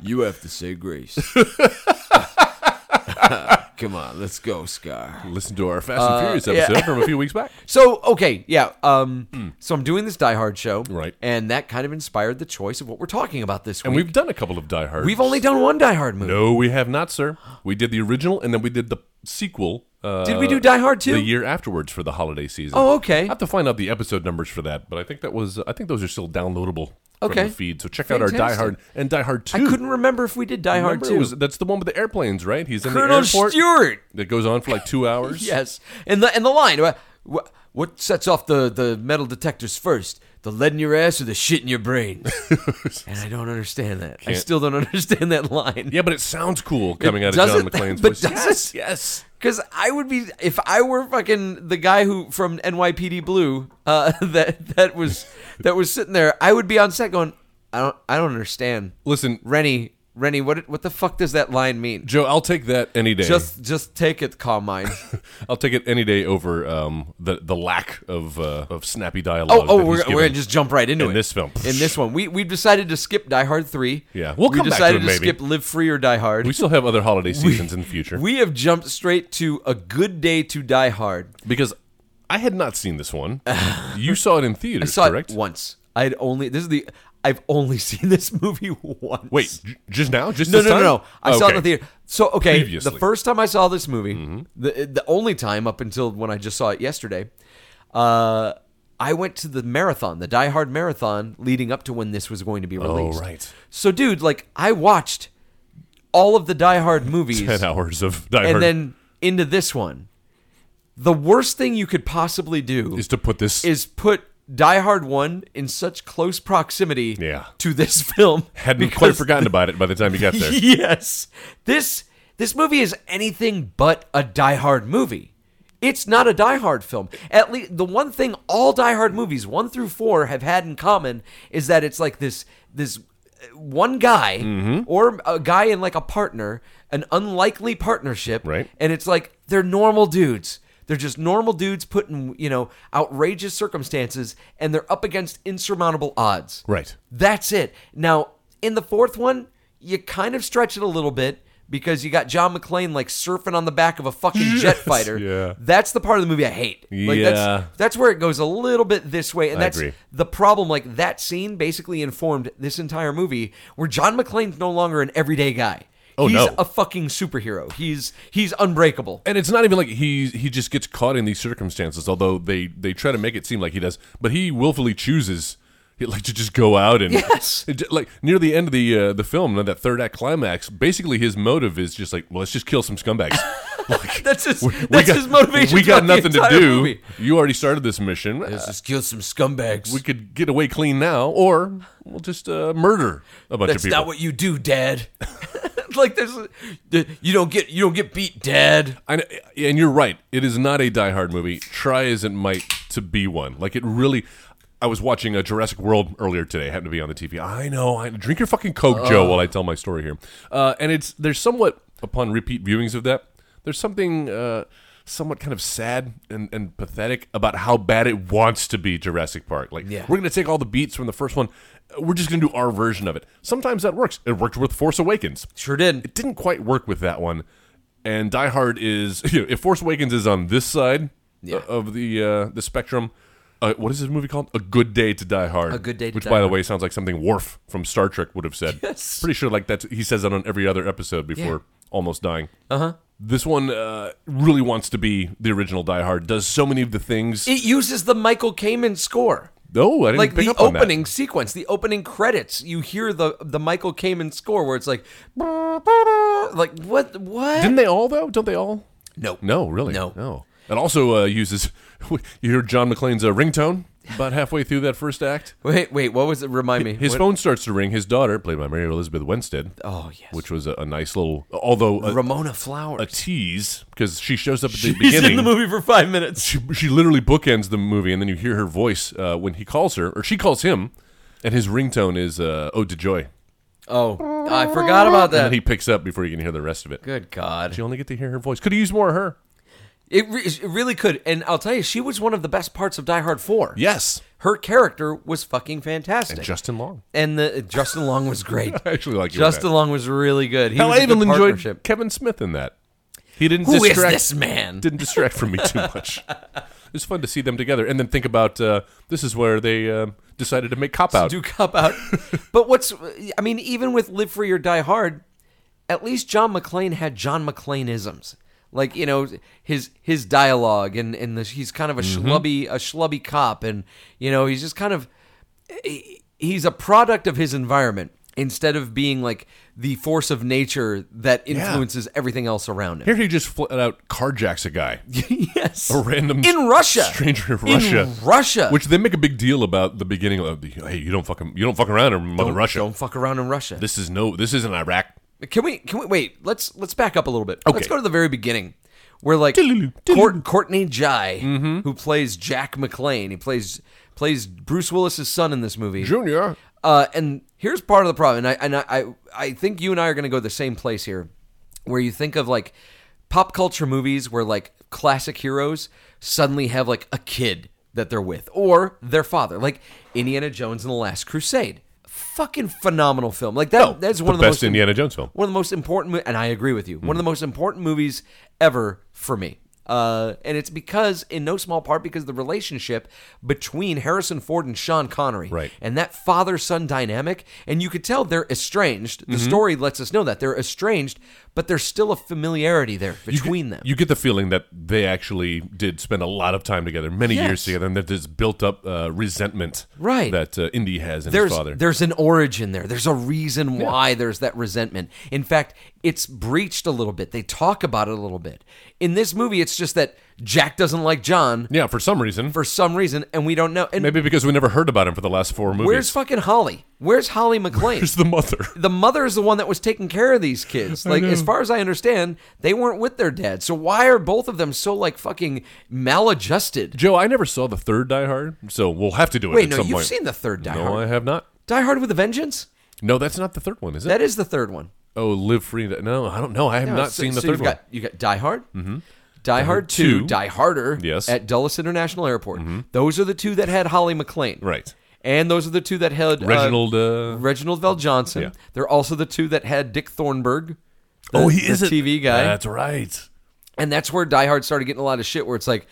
Speaker 3: you have to say grace. <laughs> Come on, let's go, Scar.
Speaker 4: Listen to our Fast and Furious
Speaker 3: Uh, yeah.
Speaker 4: episode from a few weeks back.
Speaker 3: <laughs> So okay, yeah. Um, so I'm doing this Die Hard show,
Speaker 4: Right.
Speaker 3: And that kind of inspired the choice of what we're talking about this
Speaker 4: And
Speaker 3: week.
Speaker 4: we've done a couple of Die Hard.
Speaker 3: We've only done one Die Hard movie.
Speaker 4: No, we have not, sir. We did the original, and then we did the sequel. Uh,
Speaker 3: Did we do Die Hard too?
Speaker 4: The year afterwards for the holiday season.
Speaker 3: Oh, okay.
Speaker 4: I have to find out the episode numbers for that, but I think that was. I think those are still downloadable
Speaker 3: Okay.
Speaker 4: from the feed. So check out our Die
Speaker 3: Fantastic.
Speaker 4: Hard and Die Hard Two.
Speaker 3: I couldn't remember if we did Die Hard
Speaker 4: Remember, it
Speaker 3: too.
Speaker 4: was- that's the one with the airplanes, right? He's in the
Speaker 3: Colonel
Speaker 4: airport.
Speaker 3: Stewart.
Speaker 4: That goes on for like two hours.
Speaker 3: <laughs> Yes, and the and the line. wha- wha- What sets off the, the metal detectors first? The lead in your ass or the shit in your brain? and I don't understand that. I still don't <laughs> understand that line.
Speaker 4: Yeah, but it sounds cool coming out of
Speaker 3: doesn't
Speaker 4: John
Speaker 3: that- <laughs>
Speaker 4: McClane's
Speaker 3: but
Speaker 4: voice.
Speaker 3: does
Speaker 4: yes,
Speaker 3: it?
Speaker 4: yes.
Speaker 3: Because I would be if I were fucking the guy who from NYPD Blue uh, <laughs> that that was that was sitting there. I would be on set going, I don't I don't understand.
Speaker 4: Listen,
Speaker 3: Rennie, Rennie, what what the fuck does that line mean?
Speaker 4: Joe, I'll take that any day.
Speaker 3: Just just take it, Carmine.
Speaker 4: I'll take it any day over um, the the lack of uh, of snappy dialogue.
Speaker 3: Oh, oh,
Speaker 4: that
Speaker 3: we're,
Speaker 4: he's
Speaker 3: we're gonna
Speaker 4: given.
Speaker 3: just jump right into
Speaker 4: in
Speaker 3: it
Speaker 4: this film.
Speaker 3: In this one, we we decided to skip Die Hard three.
Speaker 4: Yeah, we'll come
Speaker 3: we
Speaker 4: back to
Speaker 3: decided
Speaker 4: it, maybe.
Speaker 3: skip Live Free or Die Hard. <laughs>
Speaker 4: We still have other holiday seasons in the future
Speaker 3: we have jumped straight to A Good Day to Die Hard.
Speaker 4: because I had not seen this
Speaker 3: <laughs>
Speaker 4: one. you saw it in theaters,
Speaker 3: I saw
Speaker 4: correct?
Speaker 3: it once. I'd only this is the I've only <laughs> seen this movie once.
Speaker 4: Wait, j- just now? Just
Speaker 3: no,
Speaker 4: this
Speaker 3: no, no,
Speaker 4: time?
Speaker 3: no. I saw it in the
Speaker 4: Okay.
Speaker 3: theater. So okay,
Speaker 4: Previously. Mm-hmm.
Speaker 3: the first time I saw this movie, the the only time up until when I just saw it yesterday, uh, I went to the marathon, the Die Hard marathon, leading up to when this was going to be released.
Speaker 4: Oh, right.
Speaker 3: So, dude, like I watched all of the Die
Speaker 4: <laughs>
Speaker 3: Hard movies,
Speaker 4: Ten hours of Die
Speaker 3: and
Speaker 4: Hard
Speaker 3: then into this one. The worst thing you could possibly do
Speaker 4: is to put this
Speaker 3: is put Die Hard One in such close proximity
Speaker 4: Yeah.
Speaker 3: to this film.
Speaker 4: hadn't quite
Speaker 3: because-
Speaker 4: forgotten about it by the time you
Speaker 3: <laughs>
Speaker 4: got there.
Speaker 3: Yes, this this movie is anything but a Die Hard movie. It's not a Die Hard film. At least the one thing all Die Hard movies one through four have had in common is that it's like this this uh, one guy
Speaker 4: Mm-hmm.
Speaker 3: or a guy and like a partner, an unlikely partnership,
Speaker 4: Right.
Speaker 3: and it's like they're normal dudes. They're just normal dudes put in, you know, outrageous circumstances and they're up against insurmountable odds.
Speaker 4: Right.
Speaker 3: That's it. Now, in the fourth one, you kind of stretch it a little bit because you got John McClane like surfing on the back of a fucking
Speaker 4: <laughs>
Speaker 3: jet fighter.
Speaker 4: yeah.
Speaker 3: That's the part of the movie I hate. Like
Speaker 4: Yeah.
Speaker 3: that's that's where it goes a little bit this way. And
Speaker 4: I
Speaker 3: that's
Speaker 4: agree.
Speaker 3: the problem. Like that scene basically informed this entire movie where John McClane's no longer an everyday guy.
Speaker 4: Oh,
Speaker 3: he's
Speaker 4: no.
Speaker 3: a fucking superhero. He's he's unbreakable. <laughs>
Speaker 4: and it's not even like he he just gets caught in these circumstances. Although they they try to make it seem like he does, but he willfully chooses. he Like to just go out <laughs> and
Speaker 3: Yes.
Speaker 4: It- like near the end of the uh, the film, that third act climax. Basically, his motive is just like, well, let's just kill
Speaker 3: <laughs>
Speaker 4: some scumbags. Like,
Speaker 3: That's his
Speaker 4: we
Speaker 3: that's
Speaker 4: got-
Speaker 3: his motivation.
Speaker 4: We got
Speaker 3: throughout the
Speaker 4: nothing to
Speaker 3: entire
Speaker 4: do.
Speaker 3: movie.
Speaker 4: You already started this mission. Uh,
Speaker 3: Let's just kill some scumbags.
Speaker 4: we could get away clean now, or we'll just uh, murder a bunch
Speaker 3: That's
Speaker 4: of people.
Speaker 3: not what you do, Dad. <laughs> like there's, you don't get you don't get beat, Dad.
Speaker 4: I know, and you're right. It is not a Die Hard movie. Try as it might to be one. Like it really. I was watching a Jurassic World earlier today. Happened to be on the TV. I know. I drink your fucking Coke, Joe, while I tell my story here. Uh, and it's there's somewhat upon repeat viewings of that. There's something uh, somewhat kind of sad and, and pathetic about how bad it wants to be Jurassic Park. Like
Speaker 3: Yeah.
Speaker 4: we're gonna take all the beats from the first one. We're just gonna do our version of it. Sometimes that works. It worked with Force Awakens
Speaker 3: Sure did.
Speaker 4: it didn't quite work with that one. And Die Hard is <laughs> you know, if Force Awakens is on this side
Speaker 3: Yeah.
Speaker 4: of the uh, the spectrum. Uh, what is this movie called? A Good Day to Die Hard.
Speaker 3: A Good Day to
Speaker 4: which,
Speaker 3: Die
Speaker 4: by the
Speaker 3: Hard.
Speaker 4: way, sounds like something Worf from Star Trek would have said.
Speaker 3: Yes.
Speaker 4: Pretty sure like that he says that on every other episode before almost dying. Uh
Speaker 3: Uh-huh.
Speaker 4: huh. This one uh, really wants to be the original Die Hard. Does so many of the things.
Speaker 3: It uses the Michael Kamen score.
Speaker 4: no, I didn't
Speaker 3: Like
Speaker 4: pick
Speaker 3: the
Speaker 4: up on that.
Speaker 3: opening sequence, the opening credits, you hear the the Michael Kamen score where it's like, like what what?
Speaker 4: Didn't they all though? Don't they all?
Speaker 3: no,
Speaker 4: No, really,
Speaker 3: No.
Speaker 4: no. It also uh, uses. <laughs> You hear John McClane's uh, ringtone about halfway through that first act.
Speaker 3: Wait, wait. What was it? Remind me.
Speaker 4: His
Speaker 3: What-
Speaker 4: phone starts to ring. His daughter, played by Mary Elizabeth Winstead,
Speaker 3: Oh yes.
Speaker 4: which was a, a nice little, although a,
Speaker 3: Ramona
Speaker 4: a
Speaker 3: Flowers. <laughs>
Speaker 4: tease because she shows up at the
Speaker 3: He's
Speaker 4: beginning.
Speaker 3: in the movie for five minutes.
Speaker 4: She, she literally bookends the movie, and then you hear her voice uh, when he calls her, or she calls him, and his ringtone is uh, "Ode to Joy,"
Speaker 3: Oh, I forgot about
Speaker 4: and then
Speaker 3: that.
Speaker 4: he picks up before you can hear the rest of it.
Speaker 3: Good God.
Speaker 4: You only get to hear her voice. Could have used more of her.
Speaker 3: It, re- it really could, and I'll tell you, she was one of the best parts of Die Hard Four.
Speaker 4: Yes,
Speaker 3: her character was fucking fantastic.
Speaker 4: and Justin Long.
Speaker 3: And the Justin Long was great.
Speaker 4: <laughs> I actually like you in that.
Speaker 3: Justin Long was really good. He
Speaker 4: Hell,
Speaker 3: was
Speaker 4: I
Speaker 3: a
Speaker 4: even
Speaker 3: good
Speaker 4: enjoyed
Speaker 3: partnership.
Speaker 4: Kevin Smith in that. He didn't
Speaker 3: Who is
Speaker 4: distract,
Speaker 3: this man?
Speaker 4: <laughs> Didn't distract from me too
Speaker 3: <laughs>
Speaker 4: much. it's fun to see them together, and then think about uh, this is where they um decided to make cop out.
Speaker 3: do cop
Speaker 4: <laughs>
Speaker 3: out. but what's I mean, even with Live Free or Die Hard, at least John McClane had John McClane isms. Like you know his his dialogue and and the, he's kind of a
Speaker 4: Mm-hmm.
Speaker 3: schlubby a schlubby cop and you know he's just kind of he- he's a product of his environment instead of being like the force of nature that influences everything else around him.
Speaker 4: Here he just flat out carjacks
Speaker 3: <laughs>
Speaker 4: a guy,
Speaker 3: yes,
Speaker 4: a random
Speaker 3: in Russia,
Speaker 4: stranger in
Speaker 3: In
Speaker 4: Russia,
Speaker 3: Russia,
Speaker 4: which they make a big deal about the beginning of the hey you don't fucking you don't fuck around or mother
Speaker 3: Don't-
Speaker 4: Russia.
Speaker 3: Don't fuck around in Russia.
Speaker 4: This is no this isn't Iraq.
Speaker 3: Can we? Can we wait? Let's let's back up a little bit.
Speaker 4: Okay.
Speaker 3: Let's go to the very beginning, where like
Speaker 4: Toodaloo, toodaloo.
Speaker 3: Court, Courtney Jai,
Speaker 4: Mm-hmm.
Speaker 3: who plays Jack McClane, he plays plays Bruce Willis's son in this movie.
Speaker 4: Junior,
Speaker 3: Uh, and here's part of the problem, and I and I I, I think you and I are going to go the same place here, where you think of like pop culture movies where like classic heroes suddenly have like a kid that they're with or their father, like Indiana Jones and the Last Crusade. Fucking phenomenal film. Like that. that's one
Speaker 4: the
Speaker 3: of the
Speaker 4: best
Speaker 3: most
Speaker 4: Indiana Jones film.
Speaker 3: one of the most important, mo- and I agree with you.
Speaker 4: Hmm.
Speaker 3: One of the most important movies ever for me, uh, and it's because, in no small part, because the relationship between Harrison Ford and Sean Connery,
Speaker 4: Right.
Speaker 3: and that father-son dynamic, and you could tell they're estranged.
Speaker 4: Mm-hmm.
Speaker 3: The story lets us know that they're estranged, but there's still a familiarity there between them.
Speaker 4: You get the feeling that they actually did spend a lot of time together, many
Speaker 3: Yes.
Speaker 4: years together, and that there's built up uh, resentment
Speaker 3: Right.
Speaker 4: that uh, Indy has in
Speaker 3: there's
Speaker 4: his father.
Speaker 3: there's an origin there. There's a reason why there's that resentment. In fact, it's breached a little bit. They talk about it a little bit. In this movie, it's just that Jack doesn't like John.
Speaker 4: Yeah, for some reason.
Speaker 3: for some reason, and we don't know. And
Speaker 4: maybe because we never heard about him for the last four movies.
Speaker 3: where's fucking Holly? Where's Holly McLean?
Speaker 4: Where's the mother?
Speaker 3: <laughs> the mother is the one that was taking care of these kids. Like, as far as I understand, they weren't with their dad. So why are both of them so like fucking maladjusted?
Speaker 4: Joe, I never saw the third Die Hard, so we'll have to do it.
Speaker 3: Wait,
Speaker 4: at
Speaker 3: no,
Speaker 4: some
Speaker 3: you've
Speaker 4: point.
Speaker 3: seen the third Die
Speaker 4: no,
Speaker 3: Hard.
Speaker 4: I have not.
Speaker 3: Die Hard with a Vengeance.
Speaker 4: No, that's not the third one, is it?
Speaker 3: That is the third one.
Speaker 4: oh, Live Free. Die- No, I don't know. I have
Speaker 3: No,
Speaker 4: not
Speaker 3: so-
Speaker 4: seen the
Speaker 3: so
Speaker 4: third
Speaker 3: you've
Speaker 4: one.
Speaker 3: Got, you got Die Hard. Mm-hmm. Die Hard 2,
Speaker 4: 2.
Speaker 3: Die Harder
Speaker 4: Yes. Mm-hmm.
Speaker 3: at Dulles International Airport. Those are the two that had Holly McLean.
Speaker 4: Right.
Speaker 3: And those are the two that had uh,
Speaker 4: Reginald. Uh,
Speaker 3: Reginald Vell Johnson.
Speaker 4: Yeah.
Speaker 3: They're also the two that had Dick Thornburg. the,
Speaker 4: oh, he
Speaker 3: the
Speaker 4: is a
Speaker 3: TV guy.
Speaker 4: That's right.
Speaker 3: And that's where Die Hard started getting a lot of shit where it's like,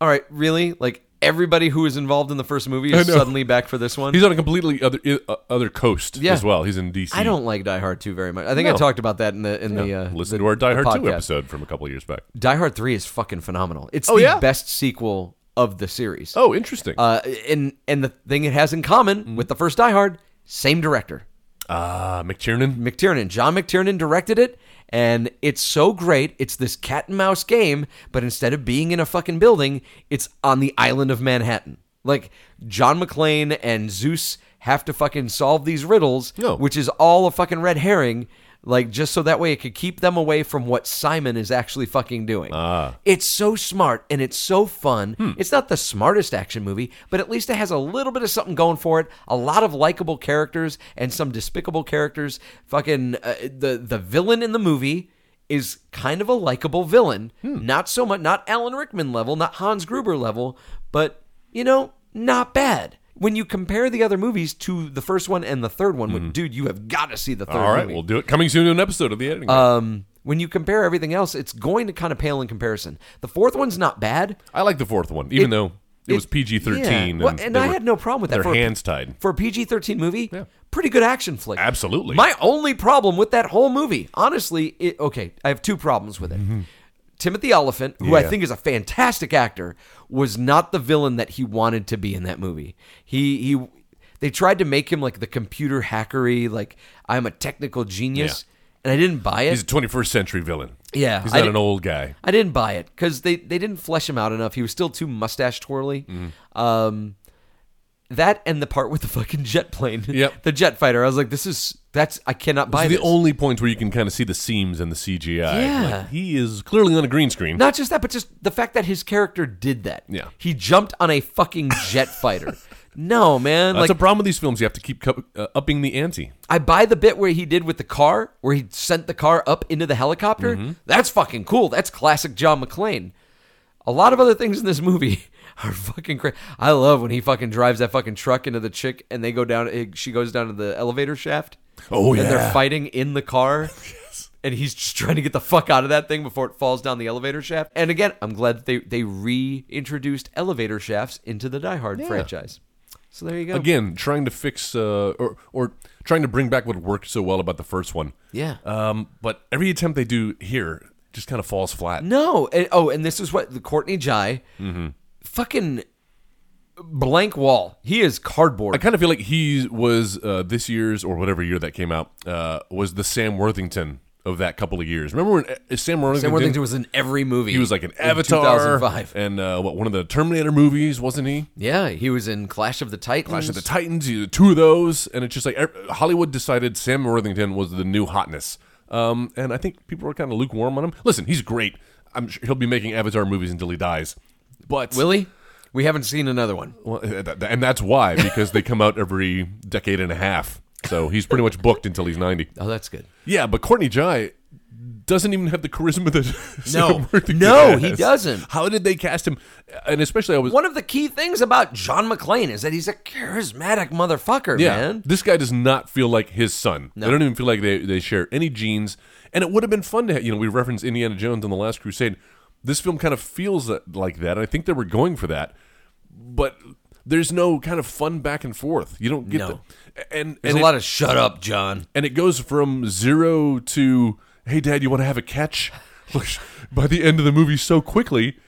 Speaker 3: all right, really? Like everybody who was involved in the first movie is
Speaker 4: I know.
Speaker 3: suddenly back for this one?
Speaker 4: He's on a completely other i- uh, other coast
Speaker 3: Yeah.
Speaker 4: as well. He's in DC.
Speaker 3: I don't like Die Hard 2 very much. I think I
Speaker 4: No.
Speaker 3: talked about that in the in the uh,
Speaker 4: listen
Speaker 3: the-
Speaker 4: to our Die
Speaker 3: the
Speaker 4: Hard two
Speaker 3: podcast.
Speaker 4: episode from a couple of years back.
Speaker 3: Die Hard 3 is fucking phenomenal. It's
Speaker 4: Oh,
Speaker 3: the
Speaker 4: yeah.
Speaker 3: best sequel of the series.
Speaker 4: Oh, Mm-hmm. interesting.
Speaker 3: Uh, and and the thing it has in common with the first Die Hard, same director.
Speaker 4: Ah, McTiernan.
Speaker 3: McTiernan. John McTiernan directed it, and it's so great. It's this cat and mouse game, but instead of being in a fucking building, it's on the island of Manhattan. Like John McClane and Zeus have to fucking solve these riddles,
Speaker 4: No.
Speaker 3: which is all a fucking red herring. Like just so that way it could keep them away from what Simon is actually fucking doing. It's so smart and it's so fun. It's not the smartest action movie, but at least it has a little bit of something going for it. A lot of likable characters and some despicable characters. Fucking uh, the the villain in the movie is kind of a likable villain.
Speaker 4: Hmm.
Speaker 3: Not so much, not Alan Rickman level, not Hans Gruber level, but you know, not bad. When you compare the other movies to the first one and the third one, dude, you have got to see the third.
Speaker 4: Hmm. All right,
Speaker 3: movie
Speaker 4: we'll do it. Coming soon to an episode of the editing. Bay.
Speaker 3: Uh, when you compare everything else, it's going to kind of pale in comparison. The fourth one's not bad.
Speaker 4: I like the fourth one, even
Speaker 3: it-
Speaker 4: though it, was PG thirteen.
Speaker 3: Yeah. Well, and
Speaker 4: they
Speaker 3: I
Speaker 4: were-
Speaker 3: had no problem with that.
Speaker 4: Their
Speaker 3: for a-
Speaker 4: hands tied.
Speaker 3: for a PG thirteen movie. Pretty good action flick.
Speaker 4: Absolutely.
Speaker 3: My only problem with that whole movie, honestly, it, okay, I have two problems with it. Timothy Oliphant, who I
Speaker 4: Mm-hmm. Yeah.
Speaker 3: think is a fantastic actor, was not the villain that he wanted to be in that movie. He he, they tried to make him like the computer hackery, like I'm a technical genius, and I didn't buy it.
Speaker 4: He's a twenty first century villain.
Speaker 3: Yeah,
Speaker 4: he's
Speaker 3: I
Speaker 4: not
Speaker 3: di-
Speaker 4: an old guy.
Speaker 3: I didn't buy it because they, they didn't flesh him out enough. He was still too mustache twirly.
Speaker 4: Mm-hmm.
Speaker 3: Um, that and the part with the fucking jet plane,
Speaker 4: Yep.
Speaker 3: the jet fighter. I was like, this is that's I cannot buy
Speaker 4: These
Speaker 3: this.
Speaker 4: are the only points where you can kind of see the seams and the CGI.
Speaker 3: Yeah.
Speaker 4: Like, he is clearly on a green screen.
Speaker 3: Not just that, but just the fact that his character did that.
Speaker 4: Yeah.
Speaker 3: he jumped on a fucking jet
Speaker 4: <laughs>
Speaker 3: fighter. No man,
Speaker 4: That's
Speaker 3: like
Speaker 4: a problem with these films. You have to keep cu- uh, upping the ante.
Speaker 3: I buy the bit where he did with the car, where he sent the car up into the helicopter.
Speaker 4: Mm-hmm.
Speaker 3: That's fucking cool. That's classic John McClane. A lot of other things in this movie <laughs> are fucking crazy. I love when he fucking drives that fucking truck into the chick and they go down, eh, she goes down to the elevator shaft.
Speaker 4: Oh,
Speaker 3: And they're
Speaker 4: yeah.
Speaker 3: fighting in the
Speaker 4: <laughs>
Speaker 3: car. And he's just trying to get the fuck out of that thing before it falls down the elevator shaft. And again, I'm glad that they, they reintroduced elevator shafts into the Die Hard franchise. So there you go.
Speaker 4: Again, trying to fix uh, or or trying to bring back what worked so well about the first one.
Speaker 3: Yeah.
Speaker 4: Um, but every attempt they do here just kind of falls flat.
Speaker 3: No. And, oh, and this is what the Courtney Jai,
Speaker 4: Mm-hmm.
Speaker 3: fucking blank wall. He is cardboard.
Speaker 4: I kind of feel like he was uh, this year's or whatever year that came out uh, was the Sam Worthington of that couple of years. Remember when uh, Sam Worthington?
Speaker 3: Sam Worthington
Speaker 4: did-
Speaker 3: was in every movie.
Speaker 4: he was like an
Speaker 3: in
Speaker 4: Avatar,
Speaker 3: 2005.
Speaker 4: and uh, what one of the Terminator movies wasn't he?
Speaker 3: Yeah, he was in Clash of the Titans.
Speaker 4: Clash of the Titans, he- two of those, and it's just like ev- Hollywood decided Sam Worthington was the new hotness. Um, and I think people were kind of lukewarm on him. Listen, he's great. I'm sure he'll be making Avatar movies until he dies. But
Speaker 3: Willie, we haven't seen another one.
Speaker 4: well, uh, th- and that's why because they come out every decade and a half. So he's pretty much booked until he's 90.
Speaker 3: Oh, that's good.
Speaker 4: Yeah, but Courtney Jai doesn't even have the charisma that <laughs> Sam Worthington
Speaker 3: No,
Speaker 4: has.
Speaker 3: he doesn't.
Speaker 4: How did they cast him? And especially I was
Speaker 3: One of the key things about John McClane is that he's a charismatic motherfucker, man.
Speaker 4: This guy does not feel like his son. They don't even feel like they, they share any genes. And it would have been fun to have, you know, we referenced Indiana Jones and The Last Crusade. This film kind of feels that, like that. I think they were going for that. But there's no kind of fun back and forth. You don't get
Speaker 3: No.
Speaker 4: the. And,
Speaker 3: There's
Speaker 4: and
Speaker 3: a
Speaker 4: it,
Speaker 3: lot of shut up, John.
Speaker 4: and it goes from zero to hey dad you want to have a catch <laughs> which by the end of the movie so quickly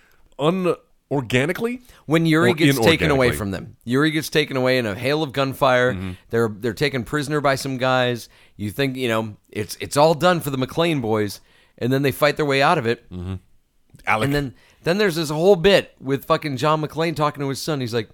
Speaker 4: unorganically
Speaker 3: when Yuri
Speaker 4: Or
Speaker 3: gets taken away
Speaker 4: inorganically. Mm-hmm.
Speaker 3: from them. Yuri gets taken away in a hail of gunfire. They're they're taken prisoner by some guys. You think you know it's it's all done for the McLean boys, and then they fight their way out of it.
Speaker 4: Mm-hmm. Alec,
Speaker 3: And then then there's this whole bit with fucking John McClane talking to his son. He's like,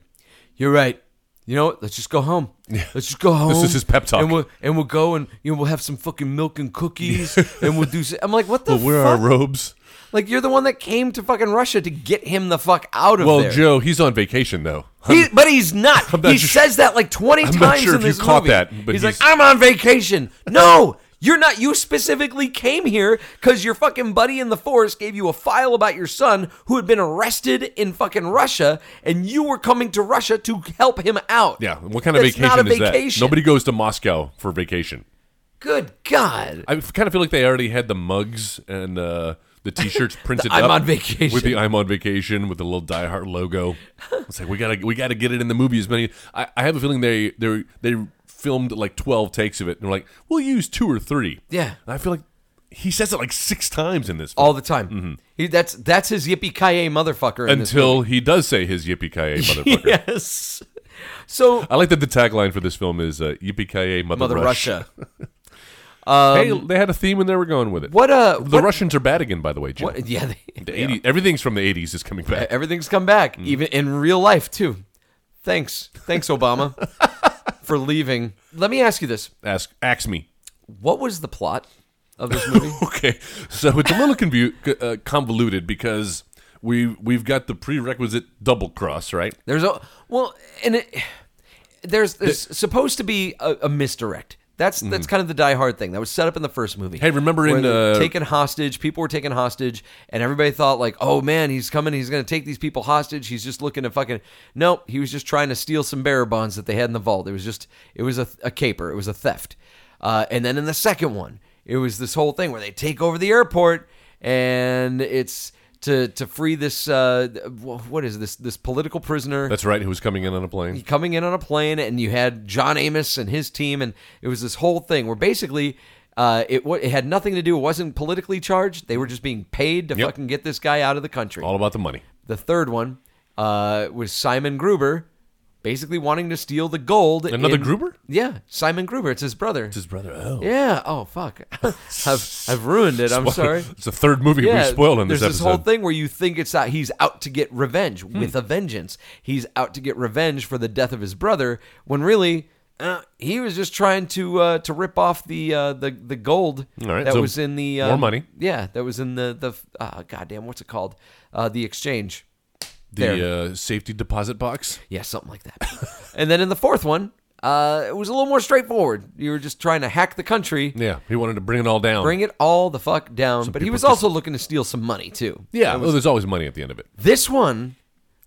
Speaker 3: "You're right. You know what? Let's just go home. Let's just go home.
Speaker 4: is his pep talk.
Speaker 3: And we'll and we'll go and you know we'll have some fucking milk and
Speaker 4: <laughs>
Speaker 3: cookies and we'll do. s- I'm like, what the
Speaker 4: well, where are
Speaker 3: fuck?
Speaker 4: our robes
Speaker 3: like you're the one that came to fucking Russia to get him the fuck out of
Speaker 4: well
Speaker 3: there.
Speaker 4: joe he's on vacation though
Speaker 3: He, but he's not.
Speaker 4: I'm not
Speaker 3: he
Speaker 4: sure-
Speaker 3: says that like 20
Speaker 4: I'm
Speaker 3: times
Speaker 4: not sure
Speaker 3: in
Speaker 4: if you
Speaker 3: this
Speaker 4: caught
Speaker 3: movie.
Speaker 4: that, but
Speaker 3: he's, like,
Speaker 4: he's-
Speaker 3: I'm on vacation. No, you're not. You specifically came here because your fucking buddy in the forest gave you a file about your son who had been arrested in fucking Russia, and you were coming to Russia to help him out.
Speaker 4: yeah what kind of
Speaker 3: That's
Speaker 4: vacation
Speaker 3: not a
Speaker 4: is
Speaker 3: vacation.
Speaker 4: that nobody goes to moscow for vacation
Speaker 3: Good God.
Speaker 4: I kind of feel like they already had the mugs and uh, the
Speaker 3: <laughs>
Speaker 4: T-shirts printed.
Speaker 3: I'm
Speaker 4: up
Speaker 3: on vacation.
Speaker 4: with the "I'm on vacation" with the little Die Hard logo. It's like we gotta we gotta get it in the movie as many. I, I have a feeling they they they filmed like twelve takes of it, and they're like, we'll use two or three.
Speaker 3: Yeah.
Speaker 4: and I feel like he says it like six times in this. Film.
Speaker 3: All the time. He, that's that's his yippee ki motherfucker. in this <laughs>
Speaker 4: Mm-hmm. until he does say his yippee ki
Speaker 3: movie.
Speaker 4: motherfucker.
Speaker 3: yes. So
Speaker 4: I like that the tagline for this film is uh, "Yippee ki mother,
Speaker 3: Mother
Speaker 4: Rush."
Speaker 3: Russia. Um,
Speaker 4: hey, they had a theme and they were going with it.
Speaker 3: What uh?
Speaker 4: The
Speaker 3: what,
Speaker 4: Russians are bad again, by the way, Jim.
Speaker 3: What, yeah. They,
Speaker 4: The 80s, everything's from the 80s is coming back.
Speaker 3: Everything's come back,
Speaker 4: Mm-hmm.
Speaker 3: even in real life too. Thanks, thanks Obama
Speaker 4: <laughs>
Speaker 3: for leaving. Let me ask you this:
Speaker 4: Ask, ask me. <laughs>
Speaker 3: What was the plot of this movie?
Speaker 4: Okay, so it's a little convu- uh, convoluted because we we've got the prerequisite double cross, right?
Speaker 3: there's a well, and it, there's there's supposed to be a, a misdirect. That's that's kind of the Die Hard thing that was set up in the first movie.
Speaker 4: Mm-hmm. Hey, remember
Speaker 3: where
Speaker 4: in,
Speaker 3: they're
Speaker 4: uh,
Speaker 3: taken hostage, people were taken hostage, and everybody thought like, "Oh man, he's coming, he's going to take these people hostage. He's just looking to fucking." No, he was just trying to steal some bearer bonds that they had in the vault. It was just, it was a, a caper, it was a theft. Uh, and then in the second one, it was this whole thing where they take over the airport, and it's to to free this uh, wh- what is this this political prisoner
Speaker 4: That's right. Who was coming in on a plane?
Speaker 3: coming in on a plane, and you had John Amos and his team, and it was this whole thing where basically uh, it wa- it had nothing to do. It wasn't politically charged. They were just being paid to
Speaker 4: Yep.
Speaker 3: fucking get this guy out of the country.
Speaker 4: All about the money.
Speaker 3: the third one uh, was Simon Gruber, basically wanting to steal the gold.
Speaker 4: Another
Speaker 3: in-
Speaker 4: Gruber?
Speaker 3: Yeah, Simon Gruber. It's his brother.
Speaker 4: His brother. Oh,
Speaker 3: yeah. Oh fuck. <laughs> I've, I've ruined it. I'm
Speaker 4: <laughs>
Speaker 3: sorry.
Speaker 4: It's the third movie we spoiled in this
Speaker 3: there's
Speaker 4: episode. Hmm.
Speaker 3: this whole thing where you think it's that he's out to get revenge with a vengeance. He's out to get revenge for the death of his brother, when really uh, he was just trying to uh, to rip off the uh, the the gold
Speaker 4: All right,
Speaker 3: that
Speaker 4: so
Speaker 3: was in the uh,
Speaker 4: more money.
Speaker 3: Yeah, that was in the the uh, goddamn what's it called? Uh, the exchange. there.
Speaker 4: The uh, safety deposit box.
Speaker 3: Yeah, something like
Speaker 4: <laughs>
Speaker 3: that. and then in the fourth one, uh, it was a little more straightforward. You were just trying to hack the country.
Speaker 4: Yeah, he wanted to bring it all down.
Speaker 3: Bring it all the fuck down, but he was also looking to steal some money too.
Speaker 4: yeah, well, there's always money at the end of it.
Speaker 3: this one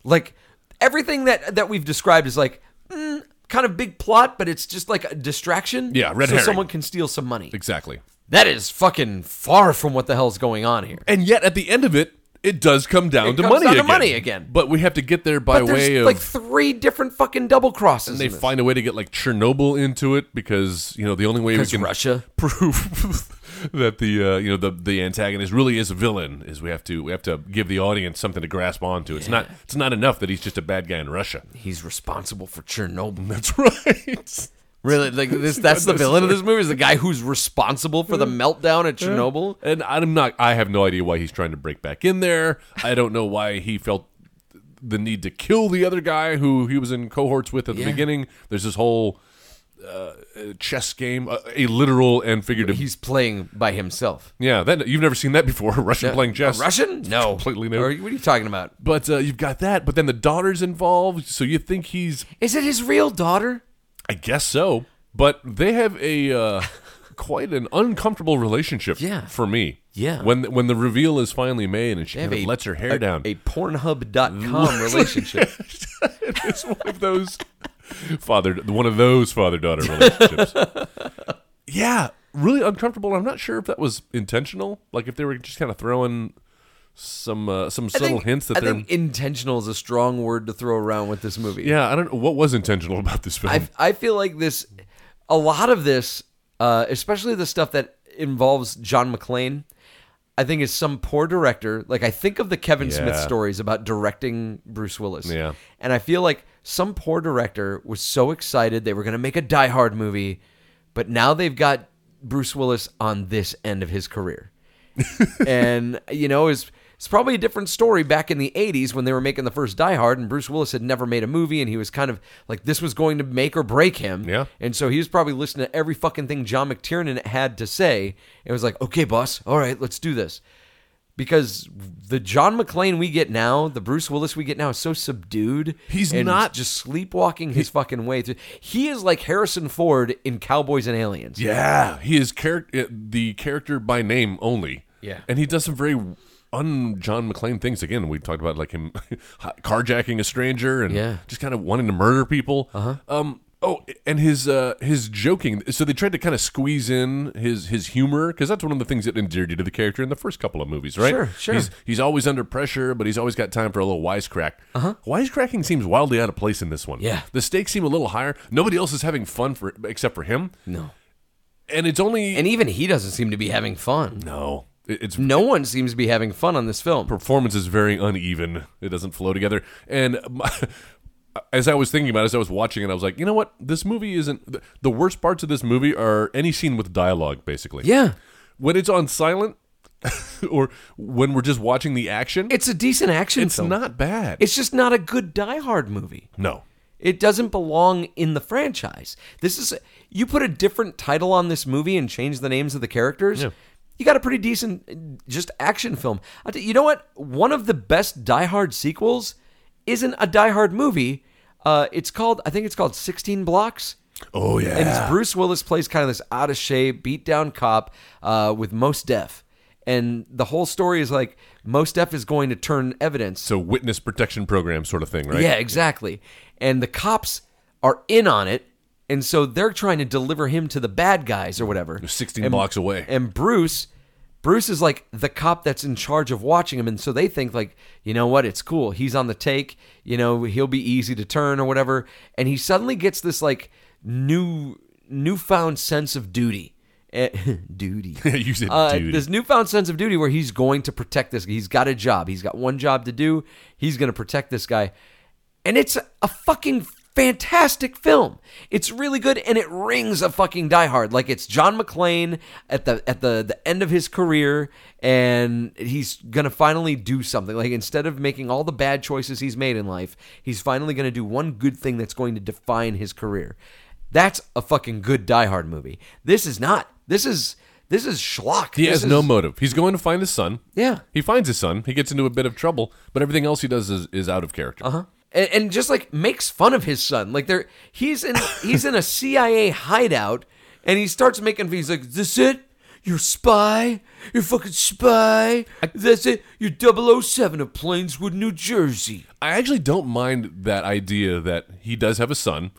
Speaker 3: like everything that that we've described is like mm, kind of big plot but it's just like a distraction
Speaker 4: Yeah, red
Speaker 3: so
Speaker 4: herring.
Speaker 3: someone can steal some money
Speaker 4: Exactly.
Speaker 3: that is fucking far from what the hell's going on here
Speaker 4: And yet, at the end of it, it does come down
Speaker 3: It
Speaker 4: to
Speaker 3: comes
Speaker 4: money
Speaker 3: down to
Speaker 4: again.
Speaker 3: money again.
Speaker 4: But we have to get there by
Speaker 3: but there's
Speaker 4: way of
Speaker 3: like three different fucking double crosses
Speaker 4: they
Speaker 3: in this.
Speaker 4: find a way to get like Chernobyl into it because you know the only way we
Speaker 3: 'Cause
Speaker 4: can
Speaker 3: Russia.
Speaker 4: <laughs> prove <laughs> that the uh, you know the the antagonist really is a villain is we have to we have to give the audience something to grasp onto. It's not it's not enough that he's just a bad guy in Russia. <laughs>
Speaker 3: he's responsible for chernobyl
Speaker 4: That's right.
Speaker 3: <laughs> really like
Speaker 4: <laughs>
Speaker 3: this that's the villain of this movie is the guy who's responsible for the meltdown at chernobyl
Speaker 4: And I'm not. I have no idea why he's trying to break back in there. I don't know why he felt the need to kill the other guy who he was in cohorts with at the
Speaker 3: Yeah.
Speaker 4: beginning. There's this whole uh, chess game, a, a literal and figurative.
Speaker 3: he's playing by himself
Speaker 4: yeah, that you've never seen that before. <laughs> A Russian playing chess.
Speaker 3: A russian no
Speaker 4: Completely new.
Speaker 3: Or what are you talking about
Speaker 4: But uh, you've got that. But then the daughter's involved, so you think he's.
Speaker 3: is it his real daughter
Speaker 4: I guess so. But they have a uh, <laughs> quite an uncomfortable relationship.
Speaker 3: Yeah.
Speaker 4: For me.
Speaker 3: Yeah.
Speaker 4: When when the reveal is finally made and she
Speaker 3: They have
Speaker 4: kind of
Speaker 3: a-
Speaker 4: lets her hair
Speaker 3: a-
Speaker 4: down.
Speaker 3: A Pornhub.com relationship.
Speaker 4: <laughs> It's one of those father, one of those father-daughter
Speaker 3: <laughs>
Speaker 4: relationships. yeah, really uncomfortable. I'm not sure if that was intentional. Like if they were just kind of throwing some uh, some
Speaker 3: I
Speaker 4: subtle
Speaker 3: think-
Speaker 4: hints that
Speaker 3: I
Speaker 4: they're.
Speaker 3: think intentional is a strong word to throw around with this movie.
Speaker 4: yeah, I don't know what was intentional about this film.
Speaker 3: I I feel like this, a lot of this, uh, especially the stuff that involves John McClane, I think is some poor director. Like I think of the Kevin Smith
Speaker 4: Yeah.
Speaker 3: stories about directing Bruce Willis.
Speaker 4: Yeah.
Speaker 3: and I feel like some poor director was so excited they were going to make a Die Hard movie, but now they've got Bruce Willis on this end of his career, and you know is. It's probably a different story back in the 80s when they were making the first Die Hard and Bruce Willis had never made a movie and he was kind of like this was going to make or break him.
Speaker 4: Yeah.
Speaker 3: And so he was probably listening to every fucking thing John McTiernan had to say and was like, okay, boss, all right, let's do this. Because the John McClane we get now, the Bruce Willis we get now, is so subdued.
Speaker 4: He's
Speaker 3: and
Speaker 4: not-
Speaker 3: just sleepwalking his fucking way through. He is like Harrison Ford in Cowboys and Aliens.
Speaker 4: yeah, he is character the character by name only.
Speaker 3: Yeah.
Speaker 4: and he does some very un John McClane things again. We talked <laughs> about like him carjacking a stranger and
Speaker 3: Yeah.
Speaker 4: just kind of wanting to murder people. Uh-huh. Um, Oh, and his uh, his joking. So they tried to kind of squeeze in his his humor because that's one of the things that endeared you to the character in the first couple of movies, right?
Speaker 3: Sure, sure.
Speaker 4: He's, he's always under pressure, but he's always got time for a little wisecrack. Uh-huh. Wisecracking seems wildly out of place in this one.
Speaker 3: Yeah.
Speaker 4: the stakes seem a little higher. Nobody else is having fun for except for him,
Speaker 3: No.
Speaker 4: and it's only
Speaker 3: And even he doesn't seem to be having fun.
Speaker 4: no. It- It's
Speaker 3: No one seems to be having fun on this film.
Speaker 4: performance is very uneven. It doesn't flow together. And my, <laughs> as I was thinking about it, as I was watching it, I was like, you know what? This movie isn't. th- The worst parts of this movie are any scene with dialogue, basically.
Speaker 3: Yeah.
Speaker 4: When it's on silent <laughs> or when we're just watching the action,
Speaker 3: It's a decent action
Speaker 4: it's
Speaker 3: film.
Speaker 4: not bad.
Speaker 3: It's just not a good Die Hard movie.
Speaker 4: no.
Speaker 3: It doesn't belong in the franchise. This is you put a different title on this movie and change the names of the characters. You got a pretty decent uh, just action film. I tell- You know what? One of the best Die Hard sequels isn't a Die Hard movie. Uh, it's called I think it's called 16 Blocks.
Speaker 4: Oh, yeah.
Speaker 3: And it's Bruce Willis plays kind of this out of shape, beat down cop uh, with Most Def. And the whole story is like Most Def is going to turn evidence.
Speaker 4: so, witness protection program sort of thing, right?
Speaker 3: Yeah, exactly. And the cops are in on it, and so they're trying to deliver him to the bad guys or whatever.
Speaker 4: 16
Speaker 3: And-
Speaker 4: blocks away.
Speaker 3: And Bruce Bruce is like the cop that's in charge of watching him, and so they think like, you know what, it's cool. He's on the take, you know, he'll be easy to turn or whatever. And he suddenly gets this like new newfound sense of duty. Eh, <laughs> duty.
Speaker 4: <laughs> <laughs> You said
Speaker 3: Uh,
Speaker 4: duty.
Speaker 3: This newfound sense of duty where he's going to protect this. He's got a job. He's got one job to do. He's going to protect this guy. And it's a, a fucking fantastic film. It's really good and it rings a fucking Die Hard. Like it's John McClane at the at the the end of his career and he's going to finally do something. Like instead of making all the bad choices he's made in life, he's finally going to do one good thing that's going to define his career. That's a fucking good Die Hard movie. This is not. This is this is schlock.
Speaker 4: He
Speaker 3: This
Speaker 4: has
Speaker 3: is-
Speaker 4: no motive. He's going to find his son.
Speaker 3: Yeah.
Speaker 4: He finds his son. He gets into a bit of trouble, but everything else he does is, is out of character.
Speaker 3: Uh-huh.
Speaker 4: Uh huh.
Speaker 3: and, and just like makes fun of his son. Like there, he's in he's in a CIA hideout, and he starts making. He's like, "This it? You're a spy? You're a fucking spy? That's it? You're 007 of Plainswood, New Jersey."
Speaker 4: I actually don't mind that idea that he does have a son,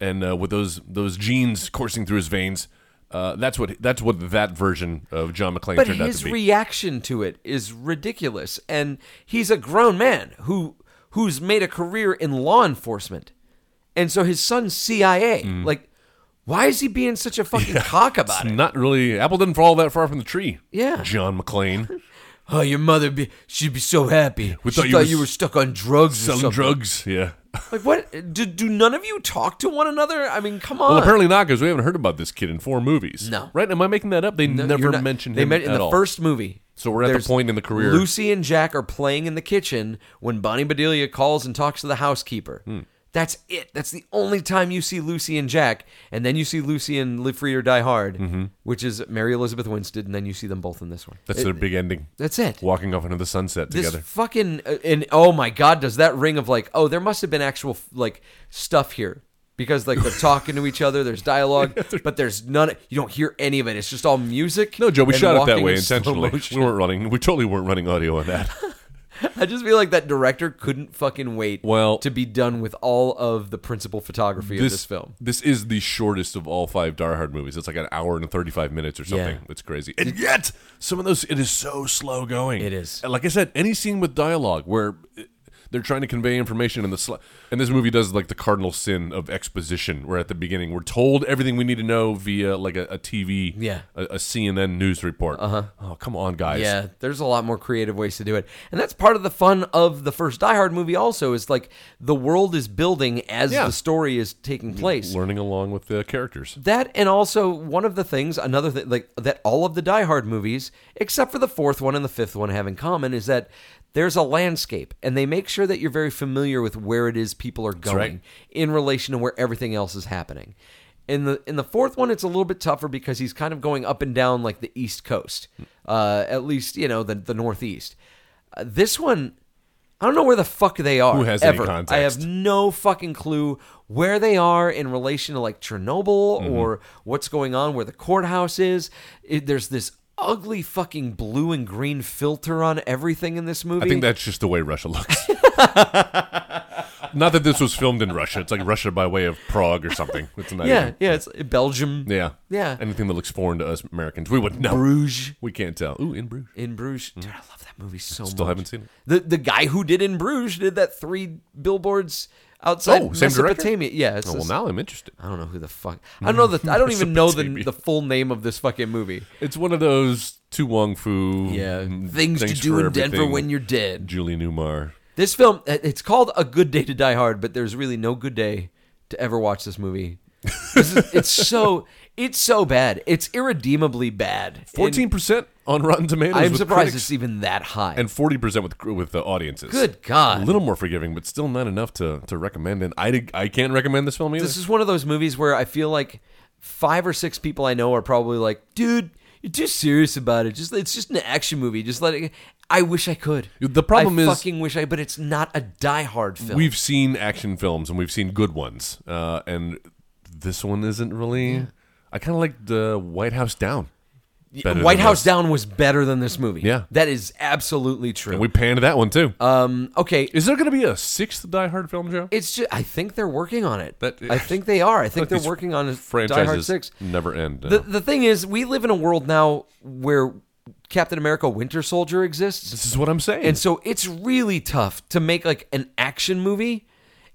Speaker 4: and uh, with those those genes coursing through his veins, uh, that's what that's what that version of John McClane
Speaker 3: But
Speaker 4: turned out to
Speaker 3: his
Speaker 4: be.
Speaker 3: reaction to it is ridiculous, and he's a grown man who who's made a career in law enforcement, and so his son's CIA.
Speaker 4: Mm.
Speaker 3: Like, why is he being such a fucking cock about it?
Speaker 4: Not really. Apple didn't fall that far from the tree.
Speaker 3: Yeah.
Speaker 4: John
Speaker 3: <laughs>
Speaker 4: McClane
Speaker 3: Oh, your mother, be, she'd be so happy.
Speaker 4: We
Speaker 3: she
Speaker 4: thought
Speaker 3: thought,
Speaker 4: you was
Speaker 3: you were stuck on drugs or
Speaker 4: selling
Speaker 3: something.
Speaker 4: drugs. Yeah.
Speaker 3: Like, what? Do, do none of you talk to one another? I mean, come on.
Speaker 4: Well, apparently not, because we haven't heard about this kid in four movies.
Speaker 3: No.
Speaker 4: Right? Am I making that up? They
Speaker 3: No,
Speaker 4: never
Speaker 3: you're not-
Speaker 4: mentioned
Speaker 3: They
Speaker 4: him
Speaker 3: met in
Speaker 4: at
Speaker 3: the
Speaker 4: all.
Speaker 3: first movie.
Speaker 4: So we're at the
Speaker 3: There's-
Speaker 4: point in the career-
Speaker 3: Lucy and Jack are playing in the kitchen when Bonnie Bedelia calls and talks to the housekeeper.
Speaker 4: Hmm.
Speaker 3: That's it. That's the only time you see Lucy and Jack, and then you see Lucy and Live Free or Die Hard, which is Mary Elizabeth Winstead, and then you see them both in this one.
Speaker 4: Mm-hmm. That's
Speaker 3: It-
Speaker 4: their big ending.
Speaker 3: that's it.
Speaker 4: Walking off into the sunset
Speaker 3: this
Speaker 4: together.
Speaker 3: fucking and oh my god does that ring of like oh there must have been actual like stuff here because like they're talking to each other there's
Speaker 4: <laughs>
Speaker 3: dialogue but there's none you don't hear any of it it's just all music
Speaker 4: No, Joe, we
Speaker 3: and
Speaker 4: shot it that
Speaker 3: walking
Speaker 4: way
Speaker 3: in slow
Speaker 4: intentionally.
Speaker 3: motion.
Speaker 4: We weren't running. We totally weren't running audio on that.
Speaker 3: i just feel like that director couldn't fucking wait
Speaker 4: Well-
Speaker 3: to be done with all of the principal photography of this film
Speaker 4: This is the shortest of all five Die Hard movies. It's like an hour and thirty five minutes or something.
Speaker 3: Yeah.
Speaker 4: It's crazy. And yet, some of those it is so slow going.
Speaker 3: It is.
Speaker 4: And like I said, any scene with dialogue where uh, they're trying to convey information in the sl- and this movie does like the cardinal sin of exposition. Where at the beginning we're told everything we need to know via like a, a TV,
Speaker 3: Yeah. Uh-huh.
Speaker 4: a, a CNN news report. Uh huh. Oh come on, guys.
Speaker 3: Yeah, there's a lot more creative ways to do it. And that's part of the fun of the first Die Hard movie also is like the world is building as
Speaker 4: Yeah. Mm-hmm.
Speaker 3: the story is taking place.
Speaker 4: Learning along with the characters.
Speaker 3: That and also one of the things, another thing, like that all of the Die Hard movies, except for the fourth one and the fifth one, have in common is that there's a landscape, and they make sure that you're very familiar with where it is people are going
Speaker 4: right.
Speaker 3: in relation to where everything else is happening. In the in the fourth one, it's a little bit tougher because he's kind of going up and down like the East Coast, uh, at least you know the the Northeast. Uh, this one, I don't know where the fuck they are.
Speaker 4: Who has any
Speaker 3: ever. I
Speaker 4: context?
Speaker 3: have no fucking clue where they are in relation to like Chernobyl
Speaker 4: Mm-hmm.
Speaker 3: or what's going on where the courthouse is. It, there's this ugly fucking blue and green filter on everything in this movie.
Speaker 4: I think that's just the way Russia looks. Not not that this was filmed in Russia. It's like Russia by way of Prague or something. It's not
Speaker 3: yeah,
Speaker 4: even-
Speaker 3: yeah. It's Belgium.
Speaker 4: yeah,
Speaker 3: Yeah.
Speaker 4: Anything that looks foreign to us Americans, we wouldn't know.
Speaker 3: Bruges.
Speaker 4: We can't tell. Ooh, in Bruges.
Speaker 3: In Bruges. Dude, I love that movie so much.
Speaker 4: Mm. Still haven't seen it.
Speaker 3: The the guy who did In Bruges did that three billboards outside
Speaker 4: Oh, same director?
Speaker 3: Mesopotamia. Yeah. It's
Speaker 4: Oh, well,
Speaker 3: this-
Speaker 4: now I'm interested.
Speaker 3: I don't know who the fuck. I don't know the. I don't even know the
Speaker 4: <laughs> Mesopotamia.
Speaker 3: the full name of this fucking movie.
Speaker 4: It's one of those Tu Wong Fu. mm,
Speaker 3: Things, to do
Speaker 4: for
Speaker 3: in Denver
Speaker 4: everything.
Speaker 3: when you're dead.
Speaker 4: Julie Newmar.
Speaker 3: This film. uh, It's called A Good Day to Die Hard, but there's really no good day to ever watch this movie. This is-
Speaker 4: <laughs>
Speaker 3: it's so it's so bad. It's irredeemably bad. And
Speaker 4: Fourteen percent on Rotten Tomatoes.
Speaker 3: I'm
Speaker 4: with
Speaker 3: surprised
Speaker 4: critics,
Speaker 3: it's even that high.
Speaker 4: and forty percent with with the audiences.
Speaker 3: Good God.
Speaker 4: A little more forgiving, but still not enough to, to recommend. And I, I can't recommend this film either.
Speaker 3: This is one of those movies where I feel like five or six people I know are probably like, dude, you're too serious about it. Just it's just an action movie. Just let it. I wish I could.
Speaker 4: The problem
Speaker 3: I
Speaker 4: is-
Speaker 3: fucking wish I. But it's not a Die Hard film.
Speaker 4: We've seen action films and we've seen good ones, uh, and this one isn't really. I kind of like the White House Down. better than
Speaker 3: White House
Speaker 4: this.
Speaker 3: Down was better than this movie.
Speaker 4: Yeah.
Speaker 3: that is absolutely true.
Speaker 4: We panned that one too.
Speaker 3: um, okay,
Speaker 4: is there going to be a sixth Die Hard film, Joe?
Speaker 3: it's just I think they're working on it.
Speaker 4: That-
Speaker 3: I think they are. I
Speaker 4: <laughs>
Speaker 3: think they're
Speaker 4: These
Speaker 3: working on Die Hard
Speaker 4: franchises
Speaker 3: Six.
Speaker 4: never end.
Speaker 3: The
Speaker 4: uh,
Speaker 3: the thing is, we live in a world now where Captain America: Winter Soldier exists.
Speaker 4: this is what I'm saying.
Speaker 3: And so it's really tough to make like an action movie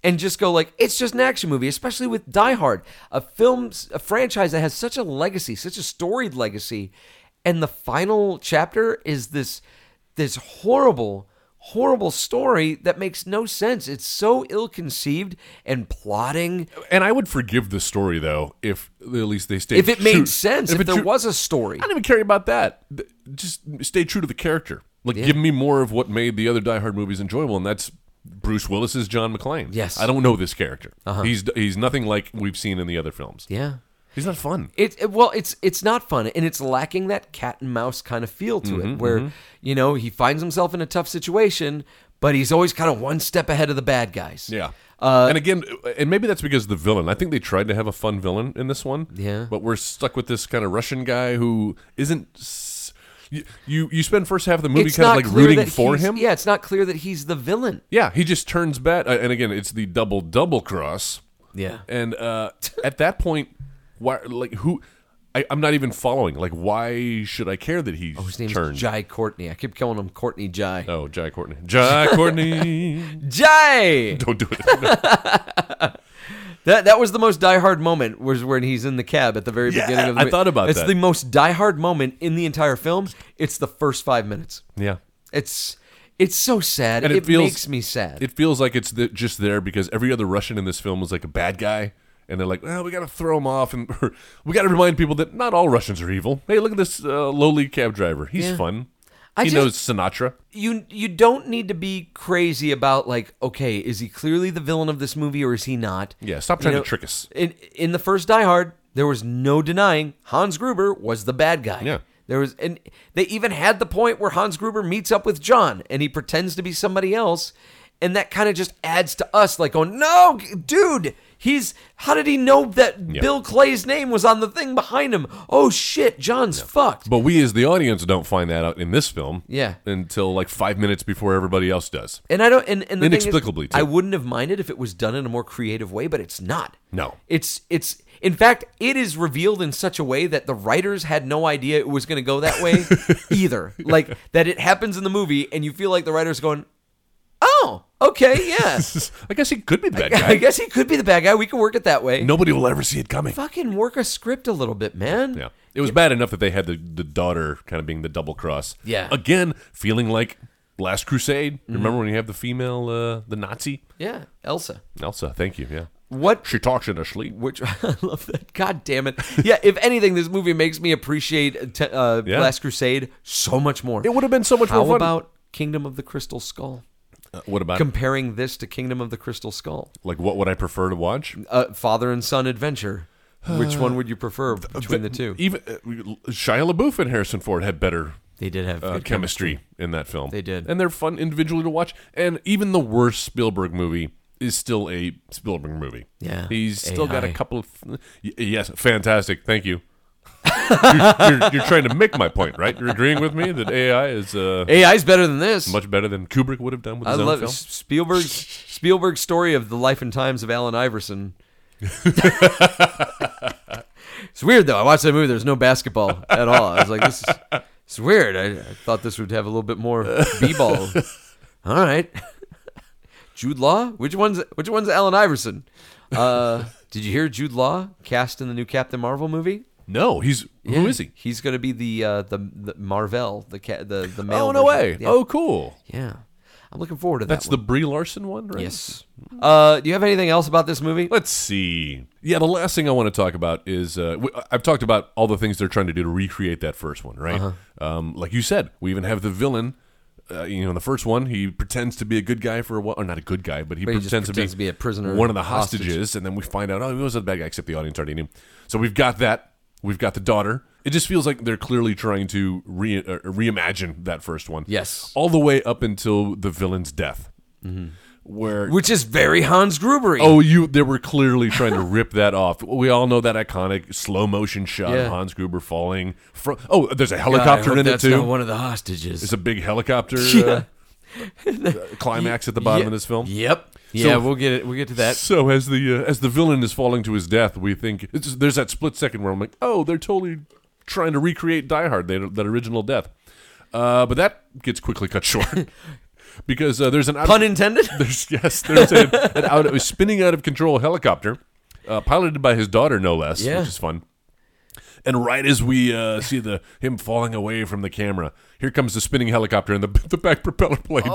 Speaker 3: and just go like it's just an action movie, especially with Die Hard, a film a franchise that has such a legacy, such a storied legacy, and the final chapter is this this horrible horrible story that makes no sense. It's so ill-conceived and plotting.
Speaker 4: and I would forgive the story though if at least they stayed.
Speaker 3: If it made
Speaker 4: true-
Speaker 3: sense, if,
Speaker 4: it
Speaker 3: there
Speaker 4: true-
Speaker 3: was a story.
Speaker 4: I don't even care about that. Th- Just stay true to the character. Like, give me more of what made the other Die Hard movies enjoyable, and that's Bruce Willis's John McClane.
Speaker 3: Yes. Uh-huh.
Speaker 4: I don't know this character. He's he's nothing like we've seen in the other films.
Speaker 3: Yeah.
Speaker 4: He's not fun.
Speaker 3: It, it- well, it's it's not fun, and it's lacking that cat and mouse kind of feel to
Speaker 4: Mm-hmm,
Speaker 3: it, where you know he finds himself in a tough situation, but he's always kind of one step ahead of the bad guys.
Speaker 4: Yeah.
Speaker 3: Uh,
Speaker 4: and again, and maybe that's because of the villain. I think they tried to have a fun villain in this one.
Speaker 3: Yeah.
Speaker 4: But we're stuck with this kind of Russian guy who isn't. s- You you, you spend first half of the movie
Speaker 3: it's
Speaker 4: kind of
Speaker 3: not
Speaker 4: like
Speaker 3: clear
Speaker 4: rooting
Speaker 3: that
Speaker 4: for
Speaker 3: he's-
Speaker 4: him.
Speaker 3: Yeah, it's not clear that he's the villain.
Speaker 4: Yeah, he just turns bad. Uh, and again, it's the double double cross.
Speaker 3: Yeah.
Speaker 4: And uh, at that point, why? Like who? I, I'm not even following. Like, why should I care that he
Speaker 3: Oh, His name's
Speaker 4: turned?
Speaker 3: Jai Courtney. I keep calling him Courtney Jai.
Speaker 4: oh, Jai Courtney. Jai
Speaker 3: <laughs>
Speaker 4: Courtney. <laughs>
Speaker 3: Jai.
Speaker 4: Don't do it.
Speaker 3: <laughs>
Speaker 4: No.
Speaker 3: That that was the most diehard moment was when he's in the cab at the very
Speaker 4: Yeah,
Speaker 3: beginning of the
Speaker 4: I
Speaker 3: movie.
Speaker 4: thought about
Speaker 3: it's
Speaker 4: that.
Speaker 3: the most diehard moment in the entire film. It's the first five minutes.
Speaker 4: yeah.
Speaker 3: It's it's so sad.
Speaker 4: And
Speaker 3: it
Speaker 4: it feels-
Speaker 3: makes me sad.
Speaker 4: It feels like it's th- just there because every other Russian in this film was like a bad guy. And they're like, well, we got to throw him off. And <laughs> we got to remind people that not all Russians are evil. Hey, look at this uh, lowly cab driver. He's
Speaker 3: Yeah.
Speaker 4: fun.
Speaker 3: I
Speaker 4: he
Speaker 3: just-
Speaker 4: knows Sinatra.
Speaker 3: you you don't need to be crazy about like okay is he clearly the villain of this movie or is he not
Speaker 4: Yeah, stop
Speaker 3: You
Speaker 4: trying to trick us.
Speaker 3: in in the first die hard there was no denying hans gruber was the bad guy
Speaker 4: Yeah.
Speaker 3: there was and they even had the point where hans gruber meets up with john and he pretends to be somebody else and that kind of just adds to us like going no dude he's how did he know that bill clay's name was on the thing behind him oh shit john's fucked
Speaker 4: But we, as the audience, don't find that out in this film.
Speaker 3: Yeah.
Speaker 4: Until like five minutes before everybody else does.
Speaker 3: And I don't. And, and the thing is,
Speaker 4: Inexplicably, too.
Speaker 3: I wouldn't have minded if it was done in a more creative way, but it's not.
Speaker 4: No.
Speaker 3: it's it's. In fact, it is revealed in such a way that the writers had no idea it was going to go that
Speaker 4: <laughs>
Speaker 3: way either. Like that, it happens in the movie, and you feel like the writers going, "Oh,
Speaker 4: <laughs>
Speaker 3: okay, yeah,
Speaker 4: I guess he could be the bad
Speaker 3: <laughs>
Speaker 4: guy.
Speaker 3: I guess he could be the bad guy. We can work it that way."
Speaker 4: Nobody will ever see it coming.
Speaker 3: fucking work a script a little bit, man.
Speaker 4: Yeah. It was bad enough that they had the, the daughter kind of being the double cross.
Speaker 3: Yeah. Mm-hmm.
Speaker 4: Again, feeling like Last Crusade. Remember when you have the female, uh, the Nazi?
Speaker 3: yeah, Elsa.
Speaker 4: Elsa, thank you. Yeah.
Speaker 3: What
Speaker 4: She talks in her sleep.
Speaker 3: Which <laughs> I love that. God damn it! Yeah, if anything, this movie makes me appreciate te- uh,
Speaker 4: Yeah.
Speaker 3: Last Crusade so much more.
Speaker 4: It would have been so much
Speaker 3: How
Speaker 4: more fun.
Speaker 3: about Kingdom of the Crystal Skull?
Speaker 4: Uh, what about
Speaker 3: Comparing this to Kingdom of the Crystal Skull,
Speaker 4: like what would I prefer to watch?
Speaker 3: uh, father and son adventure. Which one would you
Speaker 4: <sighs>
Speaker 3: prefer between the two?
Speaker 4: Even uh, Shia LaBeouf and Harrison Ford had better
Speaker 3: They did have
Speaker 4: uh,
Speaker 3: good
Speaker 4: chemistry, in that film.
Speaker 3: They did.
Speaker 4: and they're fun individually to watch. And even the worst Spielberg movie is still a Spielberg movie.
Speaker 3: Yeah.
Speaker 4: he's still got a
Speaker 3: AI.
Speaker 4: couple of y- yes, fantastic. Thank you. <laughs> you're, you're trying to make my point, right? You're agreeing with me that AI is uh,
Speaker 3: AI's better than this.
Speaker 4: much better than Kubrick would have done with
Speaker 3: I
Speaker 4: his own
Speaker 3: love
Speaker 4: film. <laughs>
Speaker 3: Spielberg's Spielberg's story of the life and times of Alan Iverson.
Speaker 4: <laughs>
Speaker 3: it's weird though. I watched that movie. There's no basketball at all. I was like, this is it's weird. I, I thought this would have a little bit more
Speaker 4: <laughs>
Speaker 3: b-ball. all right, Jude Law. Which one's which one's Alan Iverson? Uh, did you hear Jude Law cast in the new Captain Marvel movie?
Speaker 4: No, he's who is he?
Speaker 3: He's going to be the uh, the, the Marvel, the ca- the the male.
Speaker 4: Oh no
Speaker 3: version.
Speaker 4: way!
Speaker 3: Yeah.
Speaker 4: Oh cool.
Speaker 3: yeah. I'm looking forward to that.
Speaker 4: That's
Speaker 3: one.
Speaker 4: the Brie Larson one, right?
Speaker 3: Yes. Uh, do you have anything else about this movie?
Speaker 4: Let's see. Yeah, the last thing I want to talk about is uh, we, I've talked about all the things they're trying to do to recreate that first one, right?
Speaker 3: Uh-huh.
Speaker 4: Um, like you said, we even have the villain. Uh, you know, in the first one, he pretends to be a good guy for a while, or not a good guy, but he
Speaker 3: But he just
Speaker 4: pretends, to, be
Speaker 3: pretends to be a prisoner,
Speaker 4: one of the
Speaker 3: hostage.
Speaker 4: hostages, and then we find out, oh, he wasn't a bad guy, except the audience already knew. So we've got that. We've got the daughter. It just feels like they're clearly trying to re- uh, reimagine that first one.
Speaker 3: Yes. Mm-hmm.
Speaker 4: all the way up until the villain's death, where
Speaker 3: Which is very Hans Grubery.
Speaker 4: Oh, you they were clearly trying to rip that off. We all know that iconic slow motion shot
Speaker 3: Yeah.
Speaker 4: of Hans Gruber falling from Oh, there's a
Speaker 3: God, I
Speaker 4: helicopter
Speaker 3: hope
Speaker 4: in it
Speaker 3: that's
Speaker 4: too.
Speaker 3: not one of the hostages.
Speaker 4: It's a big
Speaker 3: <laughs>
Speaker 4: helicopter
Speaker 3: Yeah. <laughs>
Speaker 4: uh, climax at the bottom
Speaker 3: Ye-
Speaker 4: of this film.
Speaker 3: Yep. Yeah,
Speaker 4: So-
Speaker 3: we'll get it. We'll get to that.
Speaker 4: So as the uh, as the villain is falling to his death, we think it's just- there's that split second where I'm like, "Oh, they're totally trying to recreate Die Hard, that, that original death." Uh, but that gets quickly
Speaker 3: <laughs>
Speaker 4: cut short. <laughs> Because uh, there's an out-
Speaker 3: Pun
Speaker 4: <laughs>
Speaker 3: intended.
Speaker 4: there's yes, there's a, an out, a spinning out of control helicopter, uh, piloted by his daughter, no less,
Speaker 3: Yeah.
Speaker 4: which is fun. And right as we uh, see the him falling away from the camera, here comes the spinning helicopter and the <laughs> the back propeller blades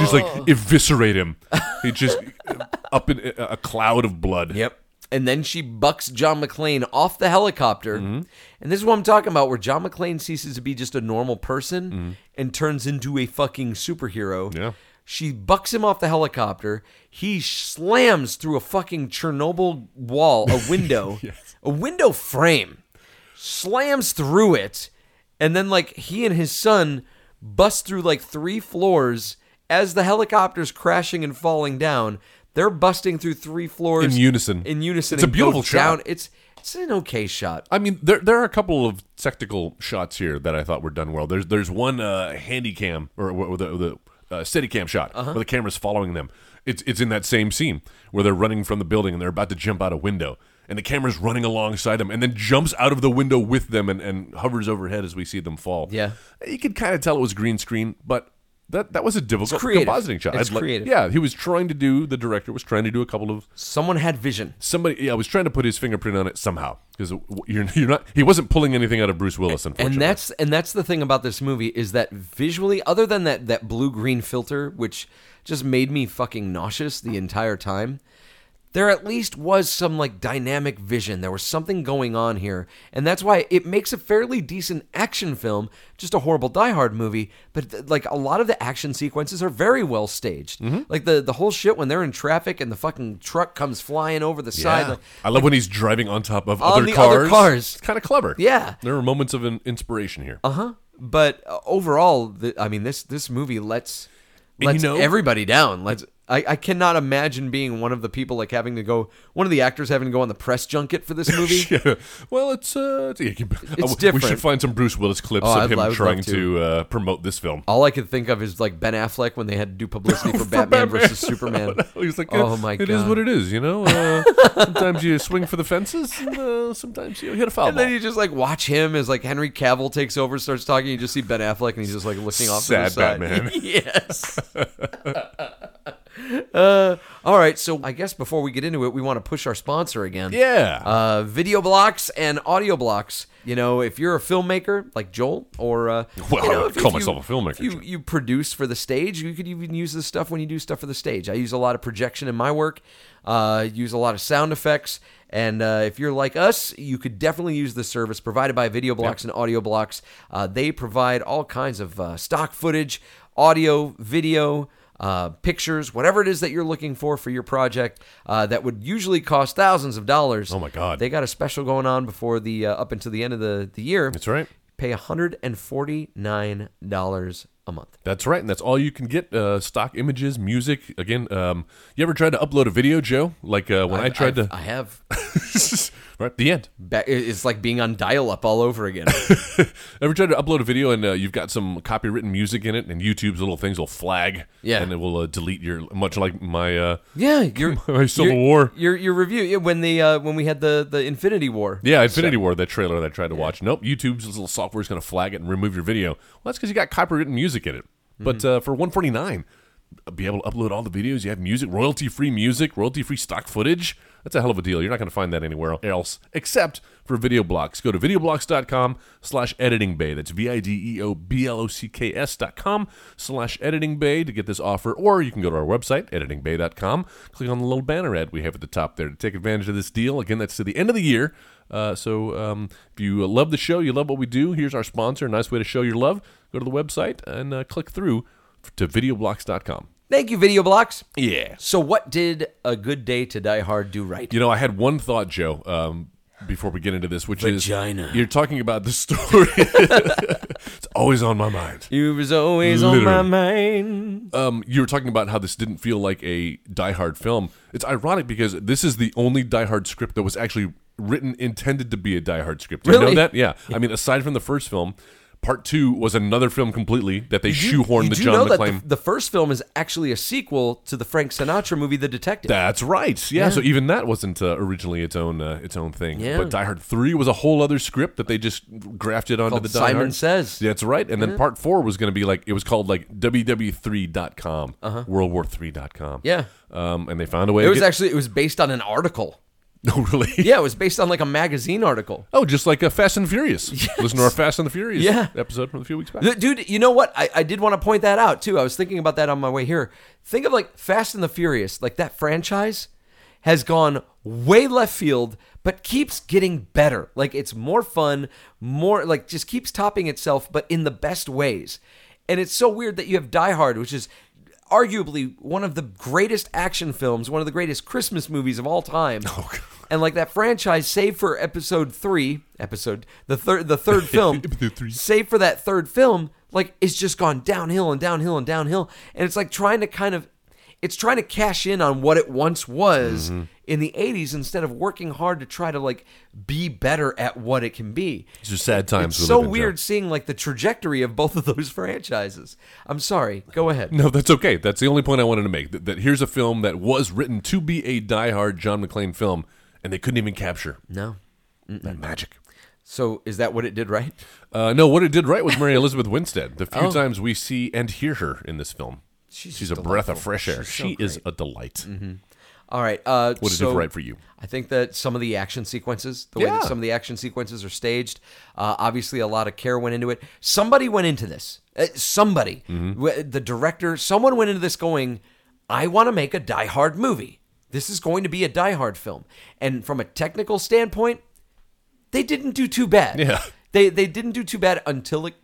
Speaker 4: just like eviscerate him. He just uh, up in a, a cloud of blood.
Speaker 3: yep. And then she bucks John McClane off the helicopter.
Speaker 4: Mm-hmm.
Speaker 3: And this is what I'm talking about, where John McClane ceases to be just a normal person and turns into a fucking superhero.
Speaker 4: Mm-hmm. Yeah.
Speaker 3: She bucks him off the helicopter. He slams through a fucking Chernobyl wall, a
Speaker 4: <laughs>
Speaker 3: window, a window frame, slams through it, and then like he and his son bust through like three floors as the helicopter's crashing and falling down. They're busting through three floors
Speaker 4: In unison.
Speaker 3: In unison,
Speaker 4: It's a
Speaker 3: and go
Speaker 4: beautiful shot.
Speaker 3: Down. It's it's an okay shot.
Speaker 4: I mean, there there are a couple of technical shots here that I thought were done well. There's there's one uh, handy cam or, wh- the the uh, steady cam shot
Speaker 3: Uh-huh.
Speaker 4: where the camera's following them. It's it's in that same scene where they're running from the building and they're about to jump out a window, and the camera's running alongside them, and then jumps out of the window with them and, and hovers overhead as we see them fall.
Speaker 3: Yeah.
Speaker 4: you could kind of tell it was green screen, but. That, that was a difficult
Speaker 3: creative.
Speaker 4: compositing shot.
Speaker 3: It's
Speaker 4: I'd like-
Speaker 3: creative.
Speaker 4: yeah, he was trying to do. The director was trying to do a couple of
Speaker 3: Someone had vision.
Speaker 4: somebody yeah, I was trying to put his fingerprint on it somehow because you're, you're not he wasn't pulling anything out of Bruce Willis unfortunately
Speaker 3: and that's and that's the thing about this movie is that visually other than that that blue green filter which just made me fucking nauseous the entire time there at least was some like dynamic vision there was something going on here and that's why it makes a fairly decent action film just a horrible die hard movie but th- like a lot of the action sequences are very well staged like the the whole shit when they're in traffic and the fucking truck comes flying over the side like,
Speaker 4: I love when he's driving on top of
Speaker 3: On
Speaker 4: other
Speaker 3: the
Speaker 4: cars.
Speaker 3: other cars.
Speaker 4: It's kind of clever.
Speaker 3: Yeah. Uh-huh.
Speaker 4: There were moments of an inspiration here.
Speaker 3: Huh? But uh, overall, the, I mean this this movie lets
Speaker 4: you
Speaker 3: lets
Speaker 4: know-
Speaker 3: everybody down. Let's I, I cannot imagine being one of the people like having to go one of the actors having to go on the press junket for
Speaker 4: <laughs>
Speaker 3: this movie.
Speaker 4: <laughs> Yeah. Well, it's uh, it's, We should
Speaker 3: different.
Speaker 4: find some Bruce Willis clips
Speaker 3: Oh,
Speaker 4: of
Speaker 3: I'd
Speaker 4: him
Speaker 3: love- I would
Speaker 4: trying
Speaker 3: love
Speaker 4: to,
Speaker 3: to. Oh,
Speaker 4: uh, promote this film. <laughs>
Speaker 3: All I could think of is like Ben Affleck when they had to do publicity for, Batman, versus
Speaker 4: <laughs>
Speaker 3: Superman.
Speaker 4: He's like,
Speaker 3: oh
Speaker 4: eh,
Speaker 3: my god,
Speaker 4: it is what it is,
Speaker 3: <laughs>
Speaker 4: you know. Uh, sometimes you swing for the fences, and uh, sometimes you hit a foul
Speaker 3: And then
Speaker 4: ball.
Speaker 3: you just like watch him as like Henry Cavill takes over, starts talking. You just see Ben Affleck, and he's just like looking off
Speaker 4: Sad
Speaker 3: to the side.
Speaker 4: Batman.
Speaker 3: yes. uh, <laughs> all right, so I guess before we get into it, we want to push our sponsor again.
Speaker 4: yeah.
Speaker 3: uh, video blocks and audio blocks. You know, if you're a filmmaker like Joel, or uh,
Speaker 4: Well,
Speaker 3: you
Speaker 4: I
Speaker 3: know,
Speaker 4: would
Speaker 3: if- if
Speaker 4: call
Speaker 3: you-
Speaker 4: myself a filmmaker,
Speaker 3: if You
Speaker 4: sure.
Speaker 3: you produce for the stage. You could even use this stuff when you do stuff for the stage. I use a lot of projection in my work. Uh, use a lot of sound effects. And uh, if you're like us, you could definitely use the service provided by Video Blocks and Audio Blocks. Uh, they provide all kinds of uh, stock footage, audio, video uh, pictures, whatever it is that you're looking for for your project uh, that would usually cost thousands of dollars.
Speaker 4: Oh my God.
Speaker 3: They got a special going on before the uh, up until the end of the the year.
Speaker 4: That's right.
Speaker 3: Pay $149 a month.
Speaker 4: That's right, and that's all you can get: uh, stock images, music. Again, um, you ever tried to upload a video, Joe? Like uh, when i tried
Speaker 3: I've-
Speaker 4: to.
Speaker 3: I have.
Speaker 4: <laughs> right, the end.
Speaker 3: Ba- It's like being on dial up all over
Speaker 4: <laughs>
Speaker 3: again.
Speaker 4: Ever tried to upload a video and uh, you've got some copywritten music in it, and YouTube's little things will flag,
Speaker 3: Yeah.
Speaker 4: and it will uh, delete your much like my uh,
Speaker 3: Yeah, your
Speaker 4: my Civil
Speaker 3: your-
Speaker 4: War.
Speaker 3: Your your review yeah, when the uh, when we had the the Infinity War.
Speaker 4: Yeah, Infinity War, that trailer that I tried to watch. Nope, YouTube's little software is going to flag it and remove your video. Well, that's because you got copywritten music in it. But uh, for 149 be able to upload all the videos. You have music, royalty free music, royalty free stock footage. That's a hell of a deal. You're not going to find that anywhere else except for video blocks. Go to videoblocks.com slash editing bay. That's V I D E O B L O C K S dot com slash editing bay to get this offer. Or you can go to our website, editingbay.com. Click on the little banner ad we have at the top there to take advantage of this deal. Again, that's to the end of the year. Uh, so um, if you love the show, you love what we do, here's our sponsor. A nice way to show your love. Go to the website and uh, click through to videoblocks.com.
Speaker 3: Thank you, Video Blocks.
Speaker 4: Yeah.
Speaker 3: So, what did a good day to Die Hard do right?
Speaker 4: You know, I had one thought, Joe, um, before we get into this, which
Speaker 3: Vagina.
Speaker 4: is you're talking about the story. <laughs> it's always on my mind.
Speaker 3: He was always
Speaker 4: Literally.
Speaker 3: on my mind.
Speaker 4: Um, you were talking about how this didn't feel like a Die Hard film. It's ironic because this is the only Die Hard script that was actually written intended to be a Die Hard script. You know
Speaker 3: Really?
Speaker 4: that? Yeah. I mean, aside from the first film, part two was another film completely that they shoehorned
Speaker 3: you
Speaker 4: the
Speaker 3: do
Speaker 4: John
Speaker 3: know that
Speaker 4: McClane.
Speaker 3: the, the first film is actually a sequel to the Frank Sinatra movie, The Detective.
Speaker 4: That's right. Yeah, So even that wasn't uh, originally its own uh, its own thing.
Speaker 3: Yeah.
Speaker 4: But Die Hard Three was a whole other script that they just grafted onto
Speaker 3: Called
Speaker 4: the Die
Speaker 3: Simon
Speaker 4: Hard.
Speaker 3: Says.
Speaker 4: That's right. And then Part Four was going to be like it was called like WW3.com, uh World War 3.com.
Speaker 3: Uh-huh. Yeah.
Speaker 4: Um, and they found a way.
Speaker 3: it
Speaker 4: to
Speaker 3: was
Speaker 4: get- <laughs>
Speaker 3: actually it was based on an article.
Speaker 4: no really.
Speaker 3: Yeah, it was based on like a magazine article.
Speaker 4: <laughs> Oh, just like uh, Fast
Speaker 3: <laughs>
Speaker 4: and Furious. Listen to our Fast and the Furious
Speaker 3: Yeah.
Speaker 4: episode from a few weeks back.
Speaker 3: Th- Dude, you know what? I, I did want to point that out too. I was thinking about that on my way here. Think of like Fast and the Furious, like that franchise has gone way left field, but keeps getting better. Like it's more fun, more like just keeps topping itself, but in the best ways. And it's so weird that you have Die Hard, which is arguably one of the greatest action films, one of the greatest Christmas movies of all
Speaker 4: <laughs>
Speaker 3: time.
Speaker 4: Oh,
Speaker 3: and like that franchise, save for episode three, episode the third, the
Speaker 4: <laughs>
Speaker 3: third film,
Speaker 4: Episode three.
Speaker 3: save for that third film, like it's just gone downhill and downhill and downhill, and it's like trying to kind of, it's trying to cash in on what it once was
Speaker 4: Mm-hmm.
Speaker 3: in the '80s instead of working hard to try to like be better at what it can be.
Speaker 4: These are sad times. we
Speaker 3: So
Speaker 4: live in, Joe.
Speaker 3: weird seeing like the trajectory of both of those <laughs> franchises. I'm sorry. Go ahead.
Speaker 4: No, that's okay. That's the only point I wanted to make. That, that here's a film that was written to be a Die Hard John McClane film, and they couldn't even capture
Speaker 3: No.
Speaker 4: that magic.
Speaker 3: So is that what it did right?
Speaker 4: Uh, no, what it did right was Mary Elizabeth Winstead. The few times we see and hear her in this film, she's,
Speaker 3: Oh. She's
Speaker 4: a
Speaker 3: delightful.
Speaker 4: breath of fresh air.
Speaker 3: She's so Mm-hmm.
Speaker 4: she is a delight.
Speaker 3: All right. Uh,
Speaker 4: What did it
Speaker 3: so
Speaker 4: do right for you?
Speaker 3: I think that some of the action sequences, the way
Speaker 4: Yeah.
Speaker 3: that some of the action sequences are staged, uh, obviously a lot of care went into it. Somebody went into this. Uh, somebody,
Speaker 4: Mm-hmm.
Speaker 3: W- the director, someone went into this going, "I want to make a Die Hard movie. This is going to be a Die Hard film." And from a technical standpoint, they didn't do too bad.
Speaker 4: Yeah.
Speaker 3: They they didn't do too bad until it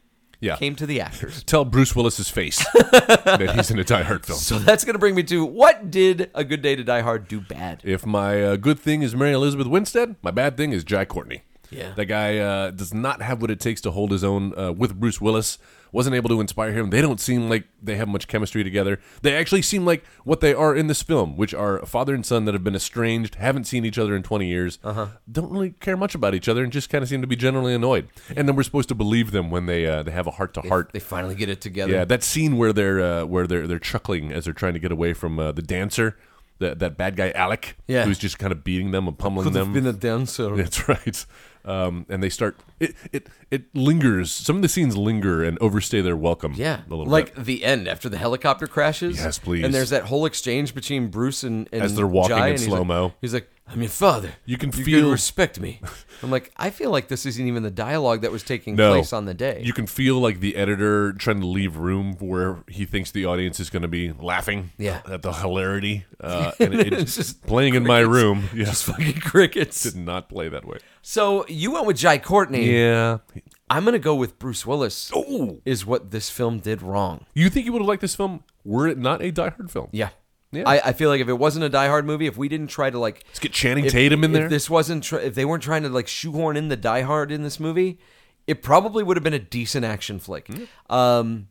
Speaker 4: Yeah.
Speaker 3: came to the actors.
Speaker 4: Tell Bruce
Speaker 3: <laughs>
Speaker 4: Willis's face that he's in a Die Hard film.
Speaker 3: So that's going to bring me to what did A Good Day to Die Hard do bad?
Speaker 4: If my uh, good thing is Mary Elizabeth Winstead, my bad thing is Jai Courtney.
Speaker 3: Yeah.
Speaker 4: That guy uh, does not have what it takes to hold his own uh, with Bruce Willis. Wasn't able to inspire him. They don't seem like they have much chemistry together. They actually seem like what they are in this film, which are a father and son that have been estranged, haven't seen each other in 20 years, uh-huh. don't really care much about each other, and just kind of seem to be generally annoyed. And then we're supposed to believe them when they uh, they have a heart to heart.
Speaker 3: They finally get it together.
Speaker 4: Yeah, that scene where they're uh, where they're they're chuckling as they're trying to get away from uh, the dancer, that that bad guy Alec,
Speaker 3: Yeah.
Speaker 4: who's just kind of beating them and pummeling them.
Speaker 3: a dancer.
Speaker 4: <laughs> That's right. Um, and they start it, it it lingers. Some of the scenes linger and overstay their welcome.
Speaker 3: Yeah,
Speaker 4: a little
Speaker 3: like
Speaker 4: bit.
Speaker 3: the end after the helicopter crashes.
Speaker 4: Yes, please.
Speaker 3: And there's that whole exchange between Bruce and, and
Speaker 4: As they're walking
Speaker 3: Jai,
Speaker 4: in
Speaker 3: and he's like-
Speaker 4: slow-mo.
Speaker 3: He's like, "I'm your father.
Speaker 4: You can
Speaker 3: could
Speaker 4: feel-
Speaker 3: respect
Speaker 4: <laughs>
Speaker 3: me." I'm like, I feel like this isn't even the dialogue that was taking
Speaker 4: No.
Speaker 3: place on the day. <laughs>
Speaker 4: You can feel like the editor trying to leave room where he thinks the audience is going to be laughing
Speaker 3: Yeah.
Speaker 4: at the hilarity.
Speaker 3: <laughs>
Speaker 4: Uh, and it,
Speaker 3: It's just
Speaker 4: playing in my room. <laughs> Yeah,
Speaker 3: Just fucking crickets.
Speaker 4: did not play that way.
Speaker 3: So you went with Jai Courtney.
Speaker 4: Yeah.
Speaker 3: I'm gonna go with Bruce Willis.
Speaker 4: Oh.
Speaker 3: Is what this film did wrong.
Speaker 4: You think you would have liked this film were it not a Die Hard film?
Speaker 3: Yeah.
Speaker 4: Yeah.
Speaker 3: I, I feel like if it wasn't a Die Hard movie, if we didn't try to like
Speaker 4: Let's get Channing
Speaker 3: if-
Speaker 4: Tatum in
Speaker 3: if
Speaker 4: there.
Speaker 3: this wasn't tr- if they weren't trying to like shoehorn in the Die
Speaker 4: Mm-hmm.
Speaker 3: Hard in this movie, it probably would have been a decent action flick. Um,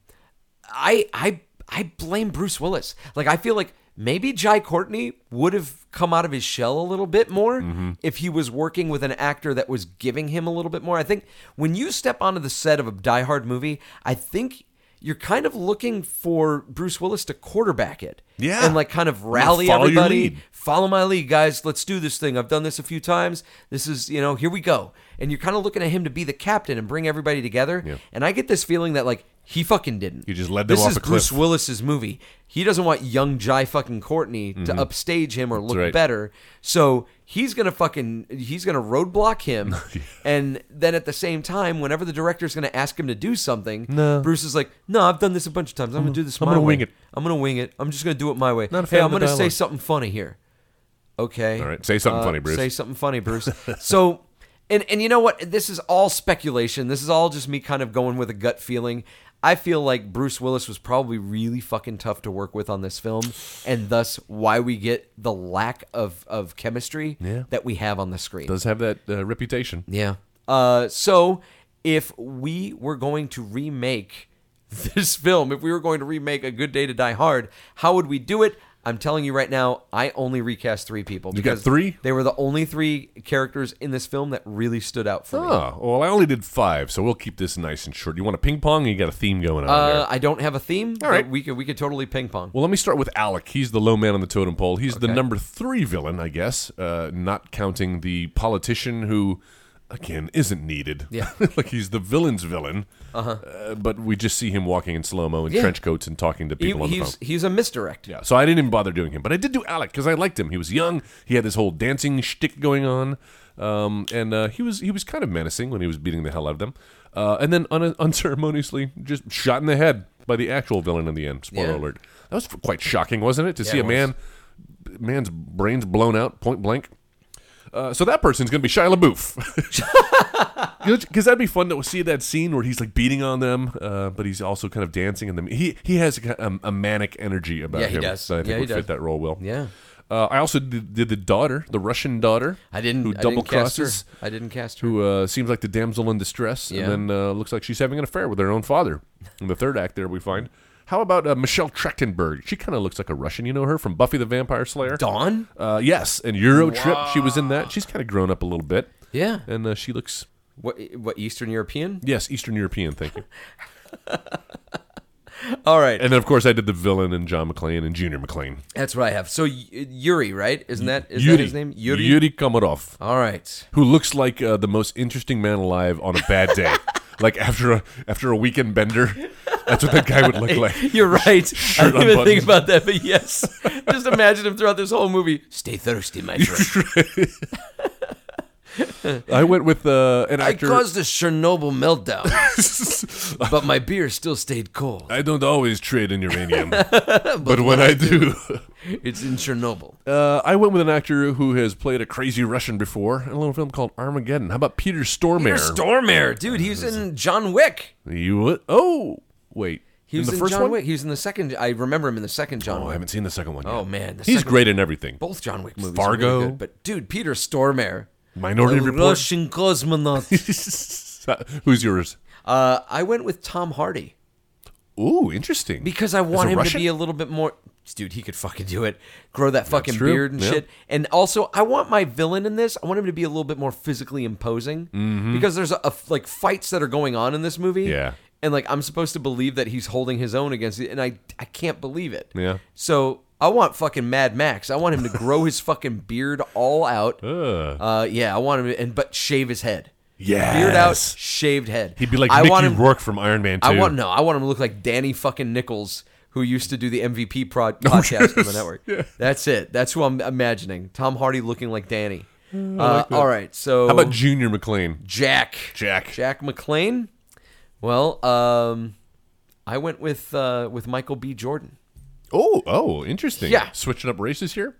Speaker 3: I I I blame Bruce Willis. Like I feel like maybe Jai Courtney would have come out of his shell a little bit more
Speaker 4: Mm-hmm.
Speaker 3: if he was working with an actor that was giving him a little bit more. I think when you step onto the set of a Die Hard movie, I think you're kind of looking for Bruce Willis to quarterback it.
Speaker 1: Yeah.
Speaker 3: And like kind of rally
Speaker 4: follow your
Speaker 3: everybody
Speaker 4: lead.
Speaker 3: follow my lead, guys. Let's do this thing. I've done this a few times. This is, you know, here we go. And you're kind of looking at him to be the captain and bring everybody together. And I get this feeling that like he fucking didn't.
Speaker 4: He just led them
Speaker 3: this
Speaker 4: off
Speaker 3: is
Speaker 4: a cliff.
Speaker 3: Bruce Willis's movie. He doesn't want young Jai fucking Courtney to upstage him or look
Speaker 4: Mm-hmm. right.
Speaker 3: better. So he's gonna fucking he's gonna roadblock
Speaker 4: <laughs>
Speaker 3: him. And then at the same time, whenever the director's gonna ask him to do something, Bruce is like, "No, I've done this a bunch of times. I'm, gonna do this.
Speaker 4: I'm
Speaker 3: my
Speaker 4: gonna
Speaker 3: way.
Speaker 4: wing it.
Speaker 3: I'm gonna wing it. I'm just gonna do it my way.
Speaker 4: Not a
Speaker 3: hey,
Speaker 4: fan
Speaker 3: I'm
Speaker 4: of the
Speaker 3: gonna say
Speaker 4: dialogue.
Speaker 3: something funny here." Okay. Uh,
Speaker 4: All right, say something funny, Bruce.
Speaker 3: Say something funny,
Speaker 4: <laughs>
Speaker 3: Bruce. so, and and you know what? This is all speculation. This is all just me kind of going with a gut feeling. I feel like Bruce Willis was probably really fucking tough to work with on this film, and thus why we get the lack of of chemistry
Speaker 4: Yeah.
Speaker 3: that we have on the screen.
Speaker 4: does have that uh, reputation.
Speaker 3: Yeah. Uh, so if we were going to remake <laughs> this film, if we were going to remake A Good Day to Die Hard, how would we do it? I'm telling you right now, I only recast three people.
Speaker 4: got three?
Speaker 3: They were the only three characters in this film that really stood out for me.
Speaker 4: Oh, well, I only did five, so we'll keep this nice and short. You want a ping pong? You got a theme going on
Speaker 3: Uh,
Speaker 4: here.
Speaker 3: I don't have a theme. All
Speaker 4: right.
Speaker 3: we could we could totally ping pong.
Speaker 4: Well, let me start with Alec. He's the low man on the totem pole. He's the
Speaker 3: Okay.
Speaker 4: number three villain, I guess, uh, not counting the politician who, again, isn't needed.
Speaker 3: Yeah.
Speaker 4: <laughs> like he's the villain's villain. Uh-huh. but we just see him walking in slow mo in
Speaker 3: Yeah.
Speaker 4: trench coats and talking to
Speaker 3: He-
Speaker 4: people on the phone.
Speaker 3: he's he's a misdirect.
Speaker 4: Yeah, so I didn't even bother doing him, but I did do Alec because I liked him. He was young. He had this whole dancing shtick going on, um, and uh, he was he was kind of menacing when he was beating the hell out of them, uh, and then un- <laughs> unceremoniously just shot in the head by the actual villain in the end. Spoiler
Speaker 3: Yeah.
Speaker 4: alert! That was quite shocking, wasn't it, to see
Speaker 3: it
Speaker 4: a man man's brains blown out point blank. Uh, so that person's gonna be Shia
Speaker 3: <laughs>
Speaker 4: LaBeouf, because that'd be fun to see that scene where he's like beating on them, uh, but he's also kind of dancing in them. He he has a, ki- um, a manic energy about
Speaker 3: Yeah,
Speaker 4: him
Speaker 3: he does.
Speaker 4: that I think
Speaker 3: Yeah, he
Speaker 4: would fit
Speaker 3: does.
Speaker 4: that role well.
Speaker 3: Yeah.
Speaker 4: Uh, I also did, did the daughter, the Russian daughter,
Speaker 3: I didn't
Speaker 4: who
Speaker 3: I
Speaker 4: double
Speaker 3: didn't cast her.
Speaker 4: crosses,
Speaker 3: I didn't cast her.
Speaker 4: who uh, seems like the damsel in distress,
Speaker 3: Yeah.
Speaker 4: and then uh, looks like she's having an affair with her own father. In the third act, there we find. How about uh, Michelle Trachtenberg? She kind of looks like a Russian. You know her from Buffy the Vampire Slayer.
Speaker 3: Dawn?
Speaker 4: Uh, yes, and Euro Trip. She was in that. She's kind of grown up a little bit.
Speaker 3: Oh, Yeah.
Speaker 4: and uh, she looks
Speaker 3: What what Eastern European?
Speaker 4: yes, Eastern European. Thank you.
Speaker 3: <laughs> All right.
Speaker 4: and then of course I did the villain and John McClane and Junior McClane.
Speaker 3: That's what I have. So Y- Yuri, right? Isn't that is that his name?
Speaker 4: Yuri Yuri Komarov.
Speaker 3: All right.
Speaker 4: who looks like uh, the most interesting man alive on a
Speaker 3: <laughs>
Speaker 4: bad day. like after a after a weekend bender, that's what that guy would
Speaker 3: <laughs>
Speaker 4: look like.
Speaker 3: You're
Speaker 4: <laughs>
Speaker 3: right. I didn't even
Speaker 4: unbuttoned.
Speaker 3: think about that, but yes.
Speaker 4: <laughs>
Speaker 3: Just imagine him throughout this whole movie. Stay thirsty, my friend.
Speaker 4: I went with uh, an
Speaker 3: I
Speaker 4: actor.
Speaker 3: caused a Chernobyl
Speaker 4: <laughs>
Speaker 3: meltdown, but my beer still stayed cold.
Speaker 4: I don't always trade
Speaker 3: <laughs>
Speaker 4: in uranium, but, when I do,
Speaker 3: It's in Chernobyl.
Speaker 4: uh, I went with an actor who has played a crazy Russian before in a little film called Armageddon. How about Peter Stormare?
Speaker 3: Stormare, dude, he was in John Wick.
Speaker 4: you would- oh wait,
Speaker 3: He was
Speaker 4: in
Speaker 3: in,
Speaker 4: the first
Speaker 3: John
Speaker 4: one.
Speaker 3: Wick. He was in the second. I remember him in the second John
Speaker 4: Oh, I
Speaker 3: Wick.
Speaker 4: haven't seen the second one. Yet.
Speaker 3: Oh, man, the
Speaker 4: he's
Speaker 3: second-
Speaker 4: great in everything.
Speaker 3: Both John Wick movies. Are
Speaker 4: Fargo.
Speaker 3: really good, but dude, Peter Stormare,
Speaker 4: Minority
Speaker 3: the
Speaker 4: Report.
Speaker 3: Russian
Speaker 4: <laughs>
Speaker 3: cosmonaut.
Speaker 4: <laughs> Who's yours?
Speaker 3: uh, I went with Tom Hardy.
Speaker 4: Ooh, interesting.
Speaker 3: Because I
Speaker 4: As
Speaker 3: want
Speaker 4: a
Speaker 3: him to
Speaker 4: Russian?
Speaker 3: be a little bit more. Dude, he could fucking do it. Grow that fucking
Speaker 4: true,
Speaker 3: beard and
Speaker 4: yeah.
Speaker 3: shit. And also, I want my villain in this. I want him to be a little bit more physically imposing because there's a, a- like fights that are going on in this movie.
Speaker 4: Mm-hmm. Yeah.
Speaker 3: and like I'm supposed to believe that he's holding his own against it, and I I can't believe it.
Speaker 4: Yeah.
Speaker 3: So I want fucking Mad Max. I want him to grow
Speaker 4: <laughs>
Speaker 3: his fucking beard all out. Uh, yeah, I want him to, and but shave his head. Beard out,
Speaker 4: Yes.
Speaker 3: shaved head.
Speaker 4: He'd be like
Speaker 3: I
Speaker 4: Mickey
Speaker 3: want him,
Speaker 4: Rourke from Iron Man 2.
Speaker 3: I want no. I want him to look like Danny fucking Nichols, who used to do the MVP
Speaker 4: <laughs> Oh,
Speaker 3: prod, podcast on the network. That's it. That's who I'm imagining. Tom Hardy looking like Danny.
Speaker 4: Hmm,
Speaker 3: Uh, all right. So
Speaker 4: How about Junior McLean?
Speaker 3: Jack?
Speaker 4: Jack.
Speaker 3: Jack McClane. Well, um, I went with uh, with Michael B. Jordan.
Speaker 4: Oh, oh, interesting.
Speaker 3: Yeah.
Speaker 4: Switching up races here?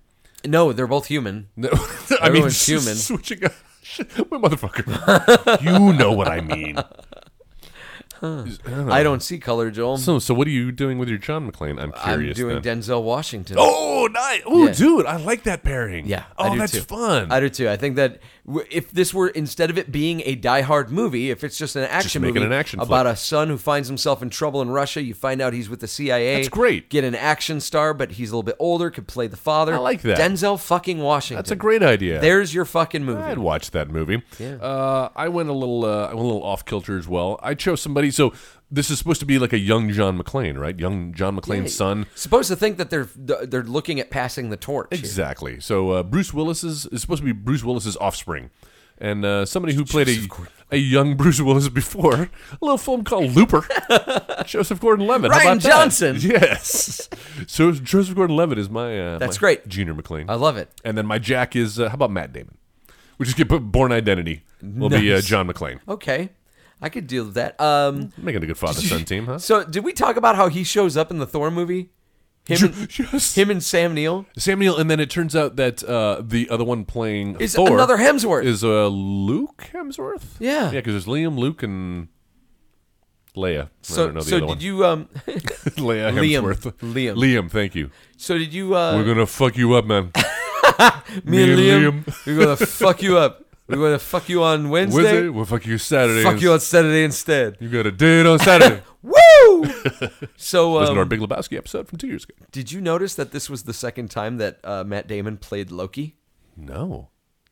Speaker 3: No, they're both human.
Speaker 4: <laughs> No, <laughs>
Speaker 3: Everyone's human.
Speaker 4: Switching up. Shit, Motherfucker. you know what I mean.
Speaker 3: I don't see color, Joel.
Speaker 4: So, so what are you doing with your John McClane? I'm
Speaker 3: I'm
Speaker 4: curious.
Speaker 3: doing
Speaker 4: then.
Speaker 3: Denzel Washington.
Speaker 4: Oh, nice! Oh,
Speaker 3: Yeah.
Speaker 4: dude, I like that pairing.
Speaker 3: Yeah.
Speaker 4: Oh,
Speaker 3: I do
Speaker 4: that's
Speaker 3: too.
Speaker 4: fun.
Speaker 3: I do too. I think that w- if this were instead of it being a Die Hard movie, if it's just an action
Speaker 4: make it
Speaker 3: movie
Speaker 4: an action
Speaker 3: about a son who finds himself in trouble in Russia, you find out he's with the CIA.
Speaker 4: That's great.
Speaker 3: Get an action star, but he's a little bit older, could play the father.
Speaker 4: I like that.
Speaker 3: Denzel fucking Washington.
Speaker 4: that's a great idea.
Speaker 3: There's your fucking movie.
Speaker 4: I'd watch that movie. Uh, I went a little, uh, I went a little off kilter as well. I chose somebody. So this is supposed to be like a young John McClane, right? Young John McClane's son.
Speaker 3: Supposed to think that they're they're looking at passing the torch. here.
Speaker 4: Exactly. So uh, Bruce Willis is, is supposed to be Bruce Willis's offspring, and uh, somebody who played a, a young Bruce Willis before, a little film called
Speaker 3: <laughs>
Speaker 4: Looper, Joseph Gordon-Levitt. How
Speaker 3: Ryan
Speaker 4: about that?
Speaker 3: Johnson.
Speaker 4: <laughs> Yes. so Joseph Gordon-Levitt is my. Uh,
Speaker 3: That's
Speaker 4: my
Speaker 3: great.
Speaker 4: Junior McLean.
Speaker 3: I love it.
Speaker 4: And then my Jack is uh, how about Matt Damon? We just get put Born Identity. Will be uh,
Speaker 3: Nice.
Speaker 4: John McClane.
Speaker 3: Okay. I could deal with that.
Speaker 4: <laughs>
Speaker 3: Um,
Speaker 4: Making a good father-son team, huh?
Speaker 3: so did we talk about how he shows up in the Thor movie?
Speaker 4: <laughs>
Speaker 3: Him,
Speaker 4: Yes.
Speaker 3: him and Sam Neill?
Speaker 4: Samuel, and then it turns out that uh, the other one playing
Speaker 3: Is
Speaker 4: Thor
Speaker 3: another Hemsworth.
Speaker 4: is uh, Luke Hemsworth.
Speaker 3: Yeah.
Speaker 4: yeah, because there's Liam, Luke, and Leia. I don't
Speaker 3: So,
Speaker 4: know the
Speaker 3: so
Speaker 4: other
Speaker 3: did
Speaker 4: one.
Speaker 3: you um <laughs>
Speaker 4: <laughs> Leia
Speaker 3: Liam.
Speaker 4: Hemsworth.
Speaker 3: Liam.
Speaker 4: Liam, thank you.
Speaker 3: so did you uh
Speaker 4: We're gonna fuck you up, man.
Speaker 3: <laughs> me and
Speaker 4: me
Speaker 3: Liam,
Speaker 4: and
Speaker 3: we're gonna fuck you up. We're gonna fuck you on Wednesday.
Speaker 4: Wednesday, we'll fuck you Saturday.
Speaker 3: Fuck you on Saturday
Speaker 4: <laughs>
Speaker 3: instead.
Speaker 4: You got a date
Speaker 3: <laughs>
Speaker 4: on Saturday.
Speaker 3: Woo! so
Speaker 4: Listen to our
Speaker 3: um,
Speaker 4: Big Lebowski episode from two years ago.
Speaker 3: did you notice that this was the second time that uh, Matt Damon played Loki?
Speaker 4: No.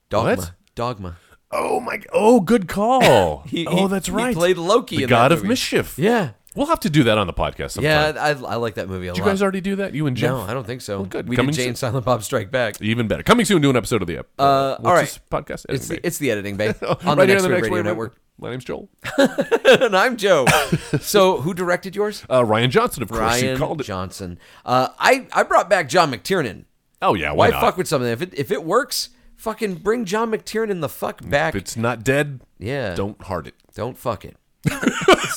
Speaker 3: Dogma.
Speaker 4: What?
Speaker 3: Dogma.
Speaker 4: Oh my! Oh, good call.
Speaker 3: <laughs> He-
Speaker 4: oh,
Speaker 3: he-
Speaker 4: that's
Speaker 3: he
Speaker 4: right.
Speaker 3: played Loki
Speaker 4: the
Speaker 3: in
Speaker 4: God
Speaker 3: that
Speaker 4: of
Speaker 3: movie.
Speaker 4: Mischief.
Speaker 3: Yeah.
Speaker 4: we'll have to do that on the podcast. Sometime.
Speaker 3: Yeah, I, I like that movie a
Speaker 4: Did you
Speaker 3: lot.
Speaker 4: guys already do that? You and Jeff?
Speaker 3: no, I don't think so.
Speaker 4: Well, good.
Speaker 3: We
Speaker 4: Coming
Speaker 3: did Jane
Speaker 4: soon.
Speaker 3: Silent Bob Strike
Speaker 4: <laughs>
Speaker 3: Back.
Speaker 4: Even better. Coming soon to an episode of the ep-
Speaker 3: Uh,
Speaker 4: what's
Speaker 3: all right.
Speaker 4: this podcast.
Speaker 3: It's
Speaker 4: Anyway.
Speaker 3: the, it's the editing
Speaker 4: <laughs>
Speaker 3: bay
Speaker 4: Oh,
Speaker 3: on
Speaker 4: right
Speaker 3: the
Speaker 4: here
Speaker 3: Next Wave
Speaker 4: on Next
Speaker 3: Radio
Speaker 4: Wave
Speaker 3: Network. <laughs>
Speaker 4: My name's Joel.
Speaker 3: and I'm
Speaker 4: <laughs>
Speaker 3: Joe. so who directed yours?
Speaker 4: Uh, Ryan Johnson, of course. you
Speaker 3: Ryan
Speaker 4: called it.
Speaker 3: Johnson. Uh, I I brought back John McTiernan.
Speaker 4: oh yeah, why,
Speaker 3: Why
Speaker 4: not?
Speaker 3: fuck with something if it if it works? Fucking bring John McTiernan the fuck back.
Speaker 4: if it's not dead,
Speaker 3: yeah,
Speaker 4: don't heart it.
Speaker 3: don't fuck it. <laughs>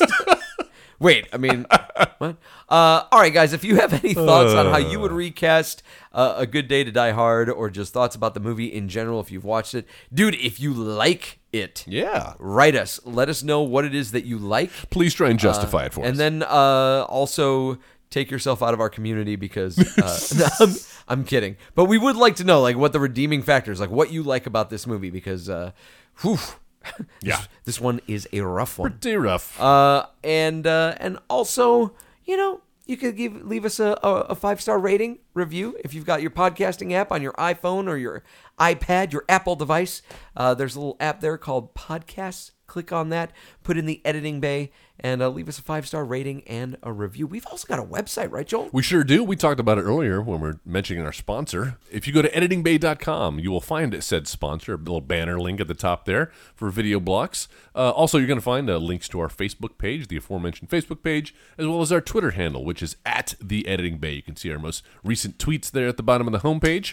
Speaker 3: Wait, I mean, what? Uh, all right, guys. If you have any thoughts on how you would recast uh, a Good Day to Die Hard, or just thoughts about the movie in general, if you've watched it, dude, if you like it,
Speaker 4: Yeah.
Speaker 3: write us. Let us know what it is that you like.
Speaker 4: Please try and justify it for
Speaker 3: and
Speaker 4: us.
Speaker 3: then uh, also take yourself out of our community because uh,
Speaker 4: <laughs>
Speaker 3: <laughs> no, I'm, I'm kidding. But we would like to know like what the redeeming factors, like what you like about this movie, because uh, whew, <laughs>
Speaker 4: Yeah.
Speaker 3: this one is a rough one.
Speaker 4: Pretty rough.
Speaker 3: Uh, and uh, and also, you know. You could give leave us a, a, a five star rating review if you've got your podcasting app on your iPhone or your iPad, your Apple device. Uh, there's a little app there called Podcasts. Click on that, put in the editing bay, and uh, leave us a five star rating and a review. We've also got a website, right, Joel?
Speaker 4: we sure do. We talked about it earlier when we are mentioning our sponsor. If you go to editingbay.com, you will find it said sponsor, a little banner link at the top there for video blocks. Uh, also, you're going to find uh, links to our Facebook page, the aforementioned Facebook page, as well as our Twitter handle, which is at the editing bay. You can see our most recent tweets there at the bottom of the homepage.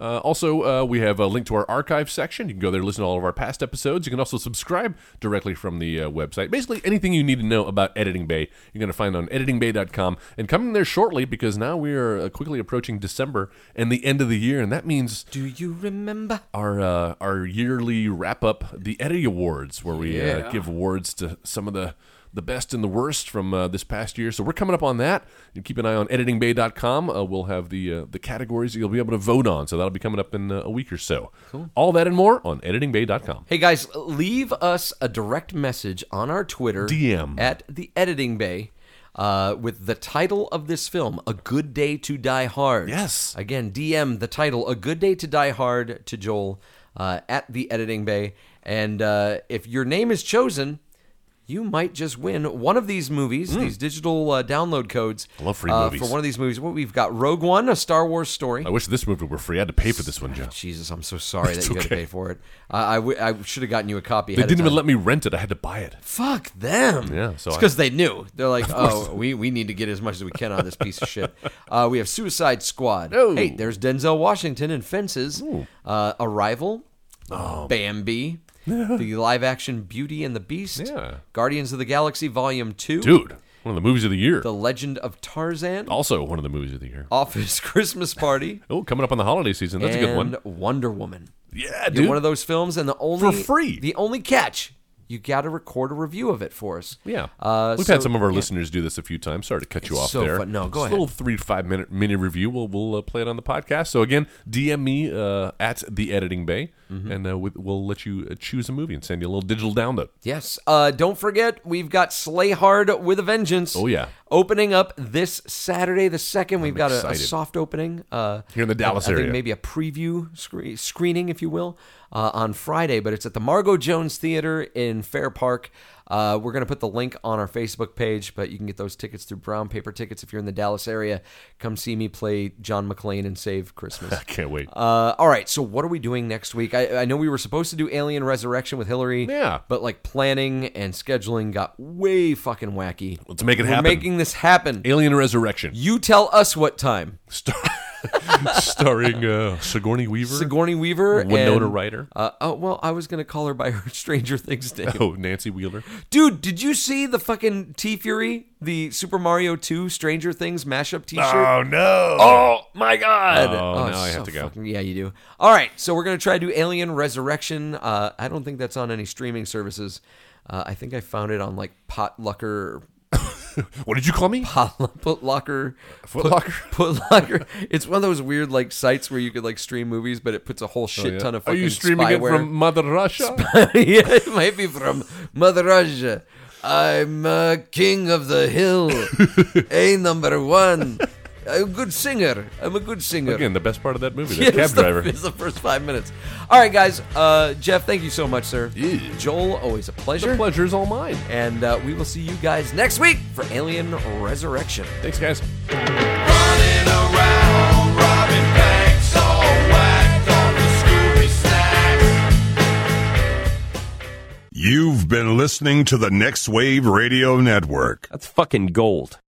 Speaker 4: Uh, also, uh, we have a link to our archive section. You can go there, listen to all of our past episodes. You can also subscribe directly from the uh, website. Basically, anything you need to know about Editing Bay, you're going to find on editingbay.com. And coming there shortly, because now we are uh, quickly approaching December and the end of the year, and that means
Speaker 3: Do you remember?
Speaker 4: our uh, our yearly wrap up, the Eddie Awards, where we uh, give awards to some of the the best and the worst from uh, this past year. So we're coming up on that. You keep an eye on editingbay.com. Uh, we'll have the uh, the categories that you'll be able to vote on. So that'll be coming up in uh, a week or so. All that and more on editingbay.com.
Speaker 3: Hey guys, leave us a direct message on our Twitter
Speaker 4: DM.
Speaker 3: at the Editing Bay uh, with the title of this film, "A Good Day to Die Hard."
Speaker 4: Yes.
Speaker 3: Again, DM the title, "A Good Day to Die Hard" to Joel uh, at the Editing Bay, and uh, if your name is chosen. You might just win one of these movies, these digital uh, download codes. I
Speaker 4: Hmm. love free movies.
Speaker 3: For one of these movies, what we've got: Rogue One, a Star Wars story.
Speaker 4: I wish this movie were free. I had to pay for this one, Joe.
Speaker 3: Jesus, I'm so
Speaker 4: <laughs>
Speaker 3: sorry that
Speaker 4: It's
Speaker 3: you had to
Speaker 4: okay.
Speaker 3: pay for it. I I, w- I should have gotten you a copy.
Speaker 4: They didn't even let me rent it. I had to buy it.
Speaker 3: Fuck them.
Speaker 4: Yeah, so
Speaker 3: because they knew. They're
Speaker 4: <laughs>
Speaker 3: like, oh, we, we need to get as much as we can on this piece of shit. Uh, we have Suicide Squad.
Speaker 4: Oh.
Speaker 3: Hey, there's Denzel Washington in Fences. Uh, Arrival.
Speaker 4: Oh. <laughs>
Speaker 3: Bambi. the live action Beauty and the Beast.
Speaker 4: Yeah.
Speaker 3: Guardians of the Galaxy Volume 2.
Speaker 4: Dude, Oh. one of the movies of the year.
Speaker 3: The Oh. Legend of Tarzan.
Speaker 4: also one of the movies of the year.
Speaker 3: Office <laughs> Christmas Party.
Speaker 4: Oh, coming up on the holiday season. <laughs> That's a good one.
Speaker 3: and Wonder Woman.
Speaker 4: Yeah,
Speaker 3: Get
Speaker 4: dude.
Speaker 3: one of those films, and the only
Speaker 4: For free.
Speaker 3: The only catch you got to record a review of it for us.
Speaker 4: Yeah,
Speaker 3: Uh,
Speaker 4: we've
Speaker 3: so-
Speaker 4: had some of our
Speaker 3: yeah.
Speaker 4: listeners do this a few times. Sorry to cut you
Speaker 3: It's
Speaker 4: off
Speaker 3: so
Speaker 4: there.
Speaker 3: fun. No, go
Speaker 4: Just
Speaker 3: ahead.
Speaker 4: A little three to five minute mini review. We'll we'll uh, play it on the podcast. So again, DM me uh, at the editing bay,
Speaker 3: Mm-hmm.
Speaker 4: and uh, we, we'll let you uh, choose a movie and send you a little digital download.
Speaker 3: Yes. Uh, don't forget, we've got Slay Hard with a Vengeance.
Speaker 4: Oh, yeah.
Speaker 3: Opening up this Saturday the 2nd. We've got a, a
Speaker 4: excited.
Speaker 3: soft opening. Uh,
Speaker 4: Here in the
Speaker 3: I-
Speaker 4: Dallas
Speaker 3: I think
Speaker 4: area.
Speaker 3: maybe a preview scre- screening, if you will, uh, on Friday. But it's at the Margot Jones Theater in Fair Park. Uh, we're going to put the link on our Facebook page, but you can get those tickets through Brown Paper Tickets if you're in the Dallas area. Come see me play John McClane and save
Speaker 4: <laughs>
Speaker 3: Christmas.
Speaker 4: I can't wait.
Speaker 3: Uh, all right, so what are we doing next week? I, I know we were supposed to do Alien Resurrection with Hillary.
Speaker 4: Yeah.
Speaker 3: But like planning and scheduling got way fucking wacky.
Speaker 4: Let's make it
Speaker 3: We're
Speaker 4: happen.
Speaker 3: making this happen. <laughs>
Speaker 4: Alien Resurrection,
Speaker 3: You tell us what time.
Speaker 4: Star- <laughs> starring uh, Sigourney Weaver.
Speaker 3: Sigourney Weaver.
Speaker 4: Winona
Speaker 3: and,
Speaker 4: Ryder.
Speaker 3: Uh, oh, well, I was going to call her by <laughs> her Stranger Things
Speaker 4: <laughs>
Speaker 3: name.
Speaker 4: <laughs> Oh, Nancy Wheeler.
Speaker 3: Dude, did you see the fucking T Fury, the Super Mario 2 Stranger Things mashup t shirt?
Speaker 4: Ah, no! Oh my God!
Speaker 3: Oh,
Speaker 4: Oh, now I
Speaker 3: so
Speaker 4: have to go.
Speaker 3: fucking- yeah, you do. All right, so we're gonna try to do Alien Resurrection. Uh, I don't think that's on any streaming services. Uh, I think I found it on like Potlucker,
Speaker 4: what did you call me?
Speaker 3: Potl- Putlocker,
Speaker 4: Footlocker.
Speaker 3: <laughs> Putlocker. It's one of those weird like sites where you could like stream movies, but it puts a whole shit
Speaker 4: Oh, Yeah.
Speaker 3: ton of
Speaker 4: Are
Speaker 3: fucking
Speaker 4: you streaming
Speaker 3: spyware. <laughs>
Speaker 4: it from Mother Russia?
Speaker 3: yeah, it might be from Mother Russia. I'm uh, king of the
Speaker 4: <laughs>
Speaker 3: hill, a number one. I'm a good singer. I'm a good singer.
Speaker 4: Again, the best part of that movie,
Speaker 3: <laughs> Yeah,
Speaker 4: that cab
Speaker 3: it's the-
Speaker 4: driver.
Speaker 3: it's the first five minutes. All right, guys. Uh, Jeff, thank you so much, sir. Joel, always a pleasure.
Speaker 4: The pleasure is all mine.
Speaker 3: and uh, we will see you guys next week for Alien Resurrection.
Speaker 4: Thanks, guys.
Speaker 1: You've been listening to the Next Wave Radio Network.
Speaker 5: That's fucking gold.